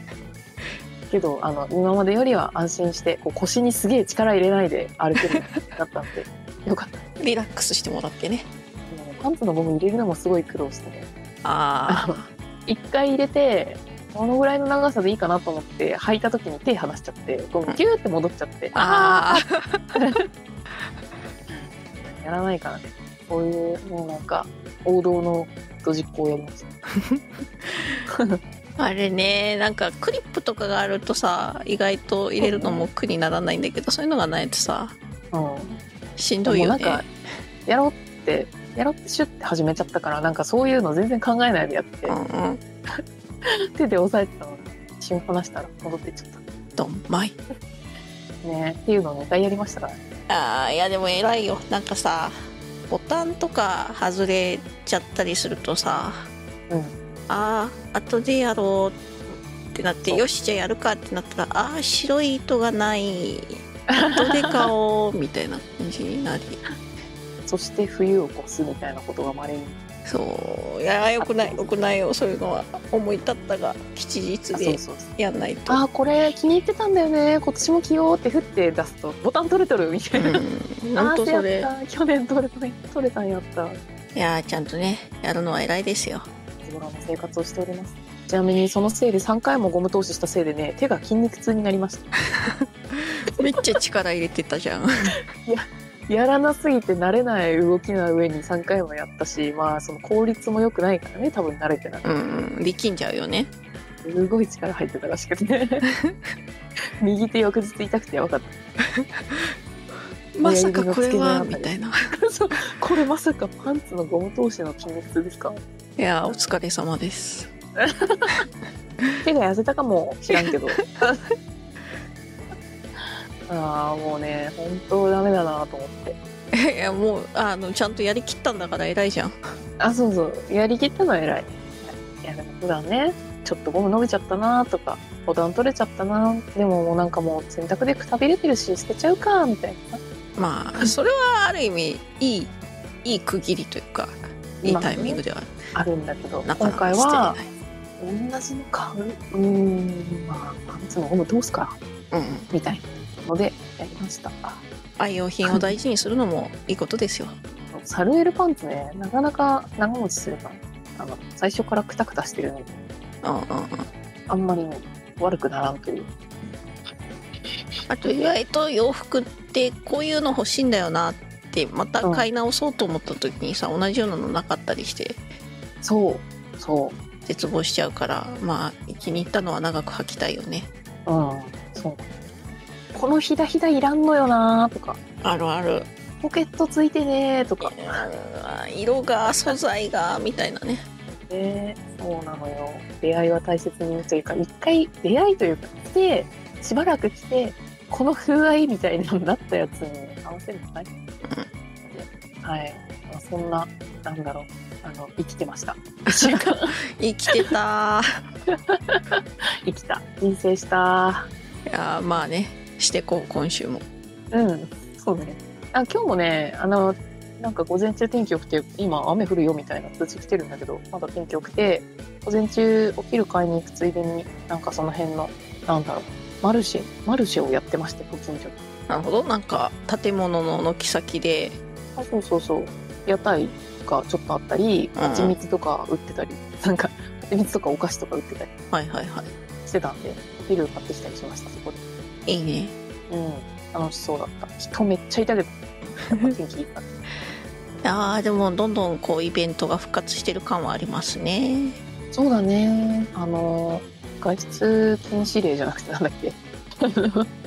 けどあの今までよりは安心してこう腰にすげえ力入れないで歩けるようになったん でよかった。リラックスしてもらってね。もうパンツのゴム入れるのもすごい苦労してね。ああ。一回入れてこのぐらいの長さでいいかなと思って履いた時に手離しちゃってゴムキューって戻っちゃって、あああやらないからねこういうもうなんか王道のドジっ子をやりました。 ああれねなんかクリップとかがあるとさ意外と入れるのも苦にならないんだけどそういうのがないとさうんしんでどもいよなんねかやろうってやろうってシュッて始めちゃったからなんかそういうの全然考えないでやっててうんうん手で押さえてたのに一瞬離したら戻っていっちゃったどんまいねっていうのを2回やりましたからねあーいやでも偉いよなんかさボタンとか外れちゃったりするとさうんああ後でやろうってなってそうよしじゃあやるかってなったらああ白い糸がない後で買おうみたいな感じになりそして冬を越すみたいなことがまれにそういやよくないよくないよそういうのは思い立ったが吉日あでそうそうそうやんないとあーこれ気に入ってたんだよね今年も着ようって振って出すとボタン取れとるみたいな、うんあ本ー当せやそっれた去年取れた取れたんやったいやーちゃんとねやるのは偉いですよ日頃の生活をしておりますちなみにそのせいで3回もゴム通ししたせいでね手が筋肉痛になりましためっちゃ力入れてたじゃんやらなすぎて慣れない動きな上に3回もやったしまあその効率も良くないからね多分慣れてないうん、うん、力んじゃうよねすごい力入ってたらしくてね右手翌日痛くてやばかったまさかこれは親指の付け根あたりみたいなこれまさかパンツのゴム通しの筋肉痛ですかいやお疲れ様です 手が痩せたかも知らんけどああもうね本当ダメだなと思っていやもうあのちゃんとやりきったんだから偉いじゃんあそうそうやりきったのは偉いいやでも普段ねちょっとゴム伸びちゃったなとかボタン取れちゃったなでももうなんかもう洗濯でくたびれてるし捨てちゃうかみたいなまあそれはある意味いいいい区切りというかいいまあタねイミングではあるんだけどな今かな回かしてはない同じのかうーんまあパンツのゴム通すかうんうんみたいなのでやりました愛用品を大事にするのもいいことですよサルエルパンツねなかなか長持ちするからあの最初からクタクタしてるのでうんうんうんあんまりね悪くならんというあと意外と洋服ってこういうの欲しいんだよなってまた買い直そうと思った時にさ同じようなのなかったりしてそうそ絶望しちゃうからまあ気に入ったのは長く履きたいよねううんそうこのひだひだいらんのよなーとかあるあるポケットついてねーとか色が素材がみたいなねねそうなのよ出会いは大切にというか一回出会いというか来てしばらく来てこの風合いみたいなのだったやつに合わせるのないはい、まあそんななんだろうあの生きてました一週間生きてた 生きた人生したいやーまあねしてこう今週もうんそうねあ今日もねあのなんか午前中天気良くて今雨降るよみたいな通知来てるんだけどまだ天気良くて午前中お昼買いに行くついでになんかその辺のなんだろうマルシェマルシェをやってましてご近所になるほどなんか建物の軒先であそうそうそう屋台がちょっとあったりうん蜂蜜とか売ってたり、なんか蜂蜜とかお菓子とか売ってたりはいはいはしてたんでお昼買ってきたりしましたそこで。いいいねうん、楽しそうだった人めっちゃ いたけどやっぱ天気いいからあーでもどんどんこうイベントが復活してる感はありますねそうだねあの外出禁止令じゃなくてなんだっけ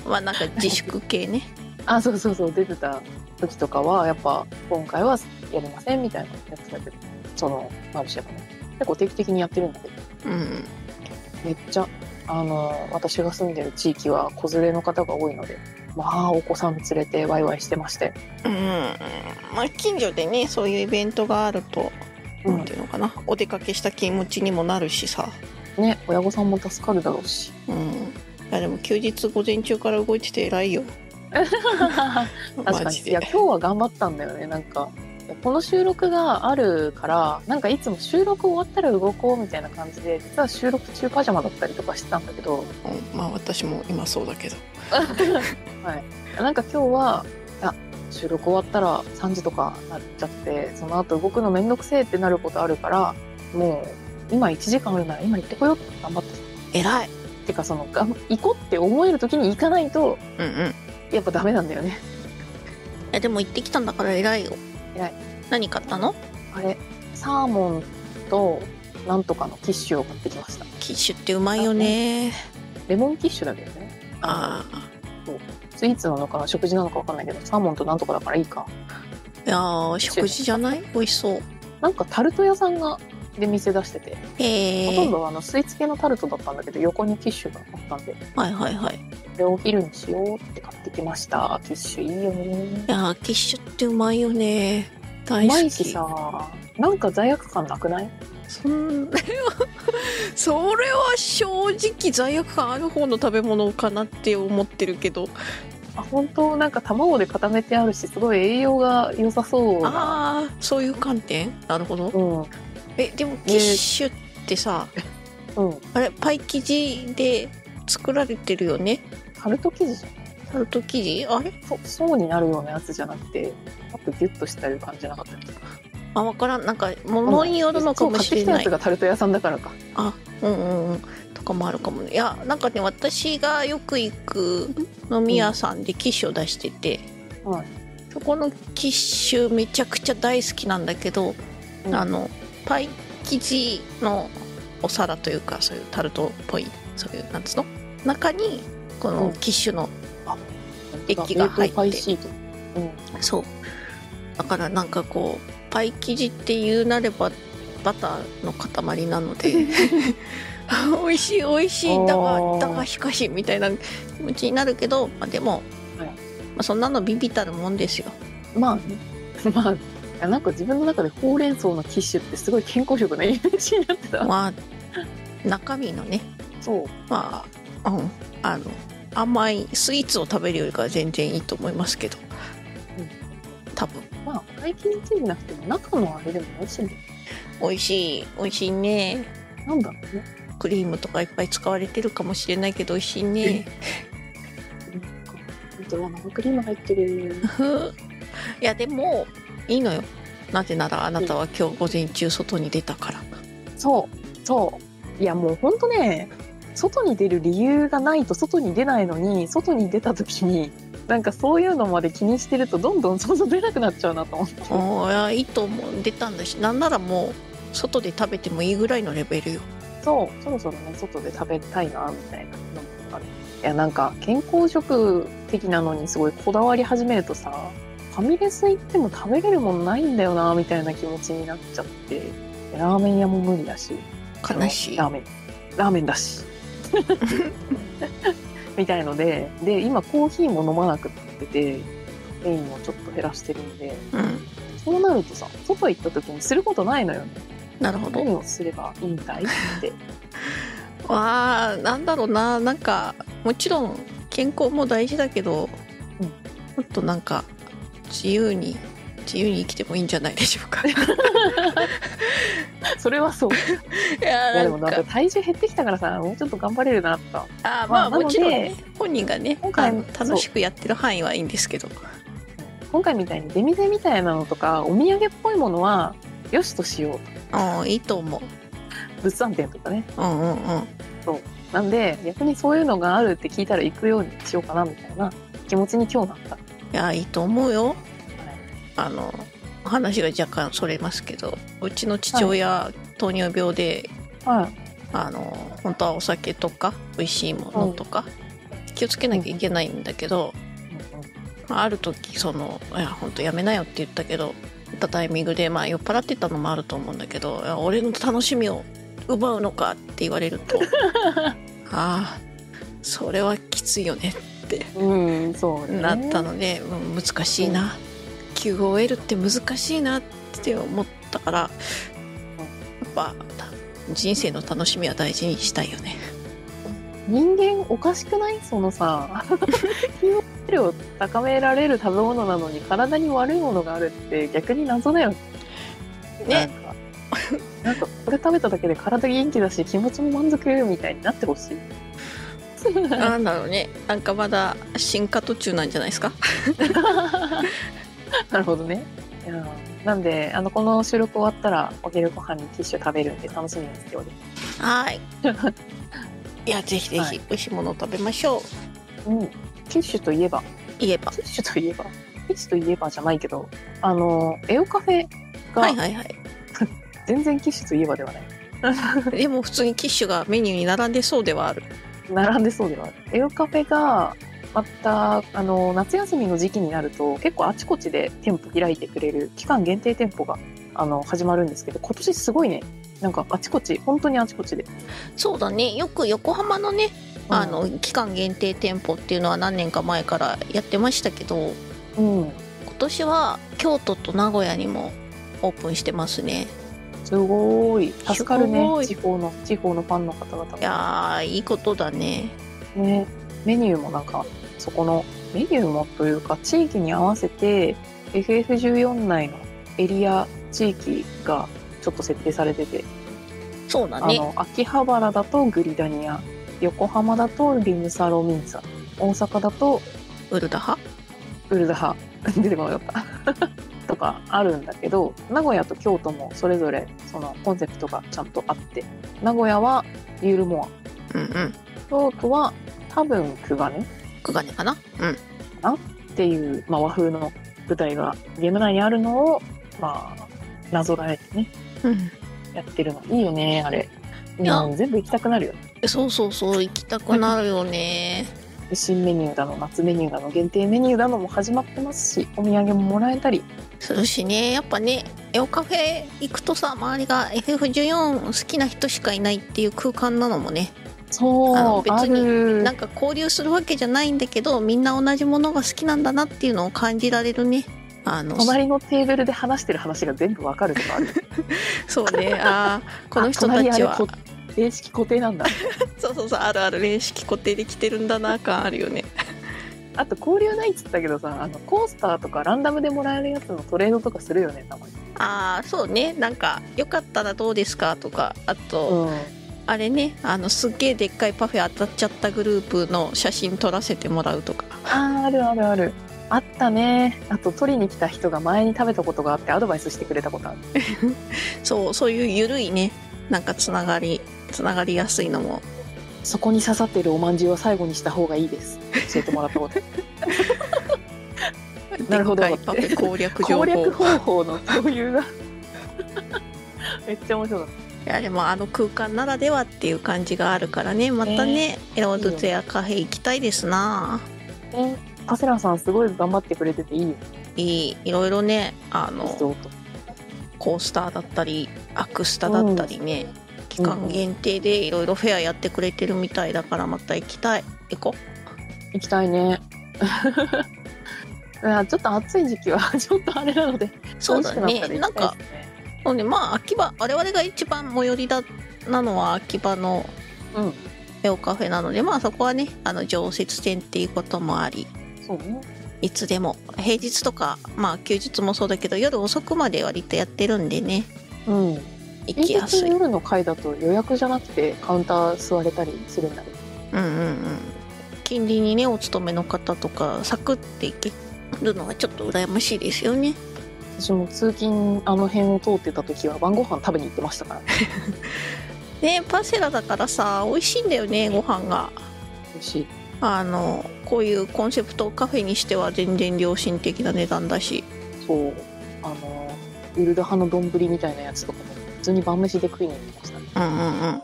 まあなんか自粛系ねあそうそうそう出てた時とかはやっぱ今回はやりませんみたいなやつだけどそのマルシェがね結構定期的にやってるんだけどうんめっちゃあの私が住んでる地域は子連れの方が多いのでまあお子さん連れてワイワイしてまして、うんまあ近所でねそういうイベントがあるとなんていうのかな、お出かけした気持ちにもなるしさね親御さんも助かるだろ うしうんいやでも休日午前中から動いてて偉いよ確マかジにでいや今日は頑張ったんだよねなんかいやこの収録があるからなんかいつも収録終わったら動こうみたいな感じで実は収録中パジャマだったりとかしてたんだけど、うん、まあ私も今そうだけどはい、なんか今日はあ収録終わったら3時とかなっちゃってその後動くのめんどくせえってなることあるからもう今1時間あるなら今行ってこようって頑張って偉いてかそのがん行こうって思える時に行かないとうんうんやっぱダメなんだよねえでも行ってきたんだから偉いよ偉い何買ったのあれサーモンとなんとかのキッシュを買ってきましたキッシュってうまいよねレモンキッシュだけどねあスイーツなのかな食事なのかわかんないけどサーモンとなんとかだからいいかあいやー食事じゃない美味しそうなんかタルト屋さんがで店出してて、えほとんー、どあのスイーツ系のタルトだったんだけど横にキッシュがあったんでこはいはいはいれお昼にしようって買ってきましたキッシュいいよねいやーキッシュってうまいよねう大ま好いしきさなんか罪悪感なくないそん それは正直罪悪感ある方の食べ物かなって思ってるけどあ本当なんか卵で固めてあるしすごい栄養が良さそうなああそういう観点なるほどうんうんえでもキッシュってさあれパイ生地で作られてるよねタルト生地じゃんタルト生地あれそ層になるようなやつじゃなくてもっとギュッとしてる感じなかったっけあ分からんなんか物によるのかもしれないそう買ってきたやつがタルト屋さんだからかあうんうんうんとかもあるかもねいやなんかね私がよく行く飲み屋さんでキッシュを出してて、はいそこのキッシュめちゃくちゃ大好きなんだけど、うんあのパイ生地のお皿というかそういうタルトっぽいそういうなんつうの中にこうのんキッシュの、液が入って冷凍パイシートうんそうだからなんかこうパイ生地っていうなればバターの塊なので 美味しい美味しいだあがーだがしかしみたいな気持ちになるけど、まあ、でも、はいまあ、そんなのビビたるもんですよまあね、まあいや、なんか自分の中でほうれん草のキッシュってすごい健康食なイメージになってた。まあ中身のねそう。まあうんあの甘いスイーツを食べるよりかは全然いいと思いますけど、うん多分まあ、最近ついなくても中のあれでも美味しいんだよ。美味しい美味しいねなんだろうね。クリームとかいっぱい使われてるかもしれないけど美味しいねなんか、本当は生クリーム入ってる。ふういやでもいいのよなぜならあなたは今日午前中外に出たからそう。そう。いや、もうほんとね、外に出る理由がないと外に出ないのに、外に出た時に、なんかそういうのまで気にしてるとどんどん外出なくなっちゃうなと思って。おーいやいいと思う出たんだしなんならもう外で食べてもいいぐらいのレベルよそうそろそろね外で食べたいなみたいなのもあるいやなんか健康食的なのにすごいこだわり始めるとさファミレス行っても食べれるもんないんだよなみたいな気持ちになっちゃってラーメン屋も無理だし悲しいラーメンラーメン だしみたいのでで今コーヒーも飲まなくなっててメインもちょっと減らしてるんでうんそうなるとさ外行った時にすることないのよねなるほど何をすればいいんだいってわあなんだろうななんかもちろん健康も大事だけど、うんもっとなんか自由に自由に生きてもいいんじゃないでしょう かいそれはそうやいやーでもなんか体重減ってきたからさもうちょっと頑張れるなとあーまあまあもちろん、なね、本人がね今回あの楽しくやってる範囲はいいんですけど今回みたいに出店みたいなのとかお土産っぽいものはよしとしようとうんいいと思う物産展とかねうんうんうんなんで逆にそういうのがあるって聞いたら行くようにしようかなみたいな気持ちに今日なったいやーいいと思うよあの話が若干それますけどうちの父親、糖尿病ではいあの本当はお酒とか美味しいものとか、気をつけなきゃいけないんだけど、まあある時その「いや本当やめなよ」って言ったけど言ったタイミングで、まあ、酔っ払ってたのもあると思うんだけどいや「俺の楽しみを奪うのか」って言われると「ああそれはきついよね」うんそうねなったので、うん難しいな QOL って難しいなって思ったからやっぱ人生の楽しみは大事にしたいよ ね。人間おかしくないそのさ 筋力を高められる食べ物なのに体に悪いものがあるって逆に謎だよねなんねかなんかこれ食べただけで体元気だし気持ちも満足みたいになってほしい なんだろうねなんかまだ進化途中なんじゃないですかなるほどねいやーなんであのこの収録終わったらお昼ご飯にティッシュ食べるんで楽しみにしておりまはい。 いや、ぜひぜはひい美味しいものを食べましょう。す、うん、ティッシュといえば言えば。ティッシュといえばティッシュといえばじゃないけどあのエオカフェはがいはいはい。全然ティッシュといえばではないでも普通にキッシュがメニューに並んでそうではある。並んでそうではあるエオカフェがまたあの夏休みの時期になると結構あちこちで店舗開いてくれる期間限定店舗があの始まるんですけど今年すごいねなんかあちこち本当にあちこちでそうだね。よく横浜のね、うんあの、期間限定店舗っていうのは何年か前からやってましたけど、うん今年は京都と名古屋にもオープンしてますね。すごい助かるすごねい地方の地方のファンの方々いやー、いいことだね。ねメニューもなんかそこのメニューもというか地域に合わせて FF14 内のエリア地域がちょっと設定されててそうだあね。の秋葉原だとグリダニア横浜だとリムサロミンサ大阪だとウルダハ ウルダハ出てこなかった とかあるんだけど名古屋と京都もそれぞれそのコンセプトがちゃんとあって名古屋はユールモアうんうん京都は多分久我根クガネかなうんっていう、まあ、和風の舞台がゲーム内にあるのを、まあ、なぞらえてねうんやってるのいいよねあれ、いやうん、全部行きたくなるよえそうそうそう行きたくなるよね新メニューだの夏メニューだの限定メニューだのも始まってますしお土産ももらえたりするしねやっぱねエオカフェ行くとさ周りが FF14 好きな人しかいないっていう空間なのもねあそのう別あにるなんか交流するわけじゃないんだけどみんな同じものが好きなんだなっていうのを感じられるねあの隣のテーブルで話してる話が全部わかるとかあるそうねあー この人あ た隣あちれはこ形式固定なんだそうそうそうあるある霊式固定で来てるんだな感あるよねあと交流ないっつったけどさあのコースターとかランダムでもらえるやつのトレードとかするよねたまに、ああそうねなんか「よかったらどうですか?」とかあと、うん、あれねあのすっげえでっかいパフェ当たっちゃったグループの写真撮らせてもらうとかあーあるあるあるあったねあと取りに来た人が前に食べたことがあってアドバイスしてくれたことあるそうそういうゆるいねなんかつながりつながりやすいのもそこに刺さってるおまんじゅうは最後にした方がいいです教えてもらっ たことなるほどでっかいパフェ攻略情報 攻略方法の共有が めっちゃ面白かっいやでもあの空間ならではっていう感じがあるからねまたね、エロードツヤカフェ行きたいですなたねカセラさんすごい頑張ってくれてていいよいいいろいろねあリのゾートコースターだったりアクスタだったりね、期間限定でいろいろフェアやってくれてるみたいだからまた行きたい行こ行きたいね いやちょっと暑い時期は ちょっとあれなのでうそうだ涼しくねったらな行んきたかいですねそうねまあ秋葉我々が一番最寄りだなのは秋葉のうんエオカフェなのでまあそこはねあの常設店っていうこともありそうねいつでも平日とかまあ休日もそうだけど夜遅くまで割とやってるんでねうん行き平や日すいのうん夜の回だと予約じゃなくてカウンター座れたりするんだけどうんうん近隣にねお勤めの方とかサクって行けるのはちょっと羨ましいですよね私も通勤あの辺を通ってた時は晩ご飯食べに行ってましたからねパセラだからさ美味しいんだよねご飯が美味しいあのこういうコンセプトカフェにしては全然良心的な値段だしそうあのウルダハの丼みたいなやつとかも普通に晩飯で食いに行ってましたねうんうんうん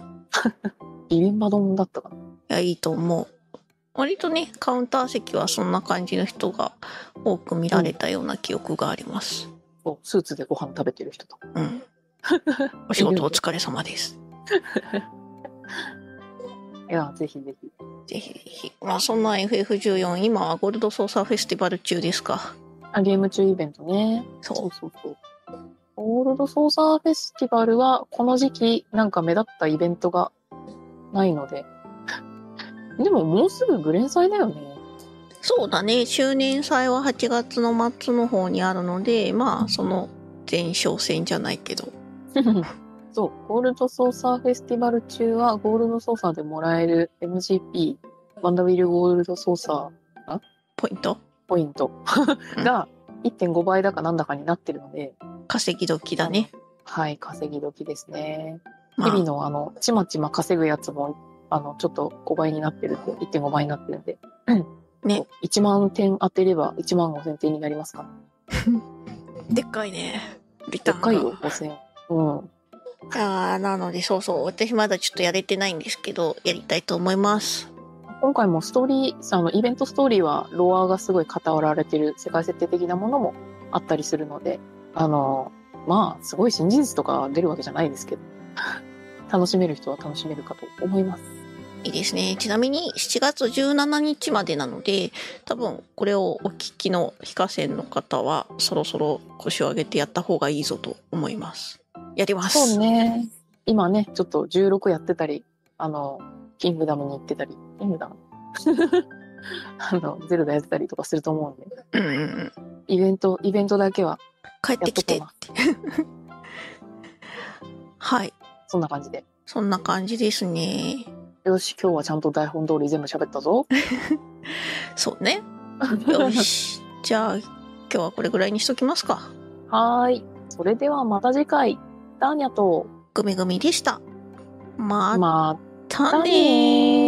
いビビンバ丼だったかなやいいと思う割とねカウンター席はそんな感じの人が多く見られたような記憶がありますそうスーツでご飯食べてる人とかうんお仕事お疲れ様ですいやぜひぜひぜひぜひまあそんな FF14 今はゴールドソーサーフェスティバル中ですかあゲーム中イベントねそうそうそうゴールドソーサーフェスティバルはこの時期なんか目立ったイベントがないので でももうすぐグレン祭だよねそうだね周年祭は8月の末の方にあるのでまあその前哨戦じゃないけど そう、ゴールドソーサーフェスティバル中は、ゴールドソーサーでもらえる MGP、ワンダウィルゴールドソーサポイントーポイントが1.5倍だかなんだかになってるので、稼ぎ時だね、はい、稼ぎ時ですね。ま日々あ、のあの、ちまちま稼ぐやつも、あの、ちょっと5倍になってるんで、1.5倍になってるんで。ね1万点当てれば1万5千点になりますから、でっかいねリでターっンかいよ、5千。うん。あーなのでそうそう私まだちょっとやれてないんですけどやりたいと思います今回もストーリーあのイベントストーリーはロアがすごい語られてる世界設定的なものもあったりするのであのまあすごい新事実とか出るわけじゃないですけど 楽しめる人は楽しめるかと思いますいいですねちなみに7月17日までなので多分これをお聞きの非課線の方はそろそろ腰を上げてやった方がいいぞと思いますやりますそうね今ねちょっと16やってたりあのキングダムに行ってたりキングダム あのゼルダやってたりとかすると思うんでうんうんうんイベントイベントだけは帰っやってときこてうってな はいそんな感じでそんな感じですねよし今日はちゃんと台本通り全部喋ったぞ そうねよしじゃあ今日はこれぐらいにしときますかはーい。それではまた次回。ダーニャと、グミグミでした。ままたねたねー。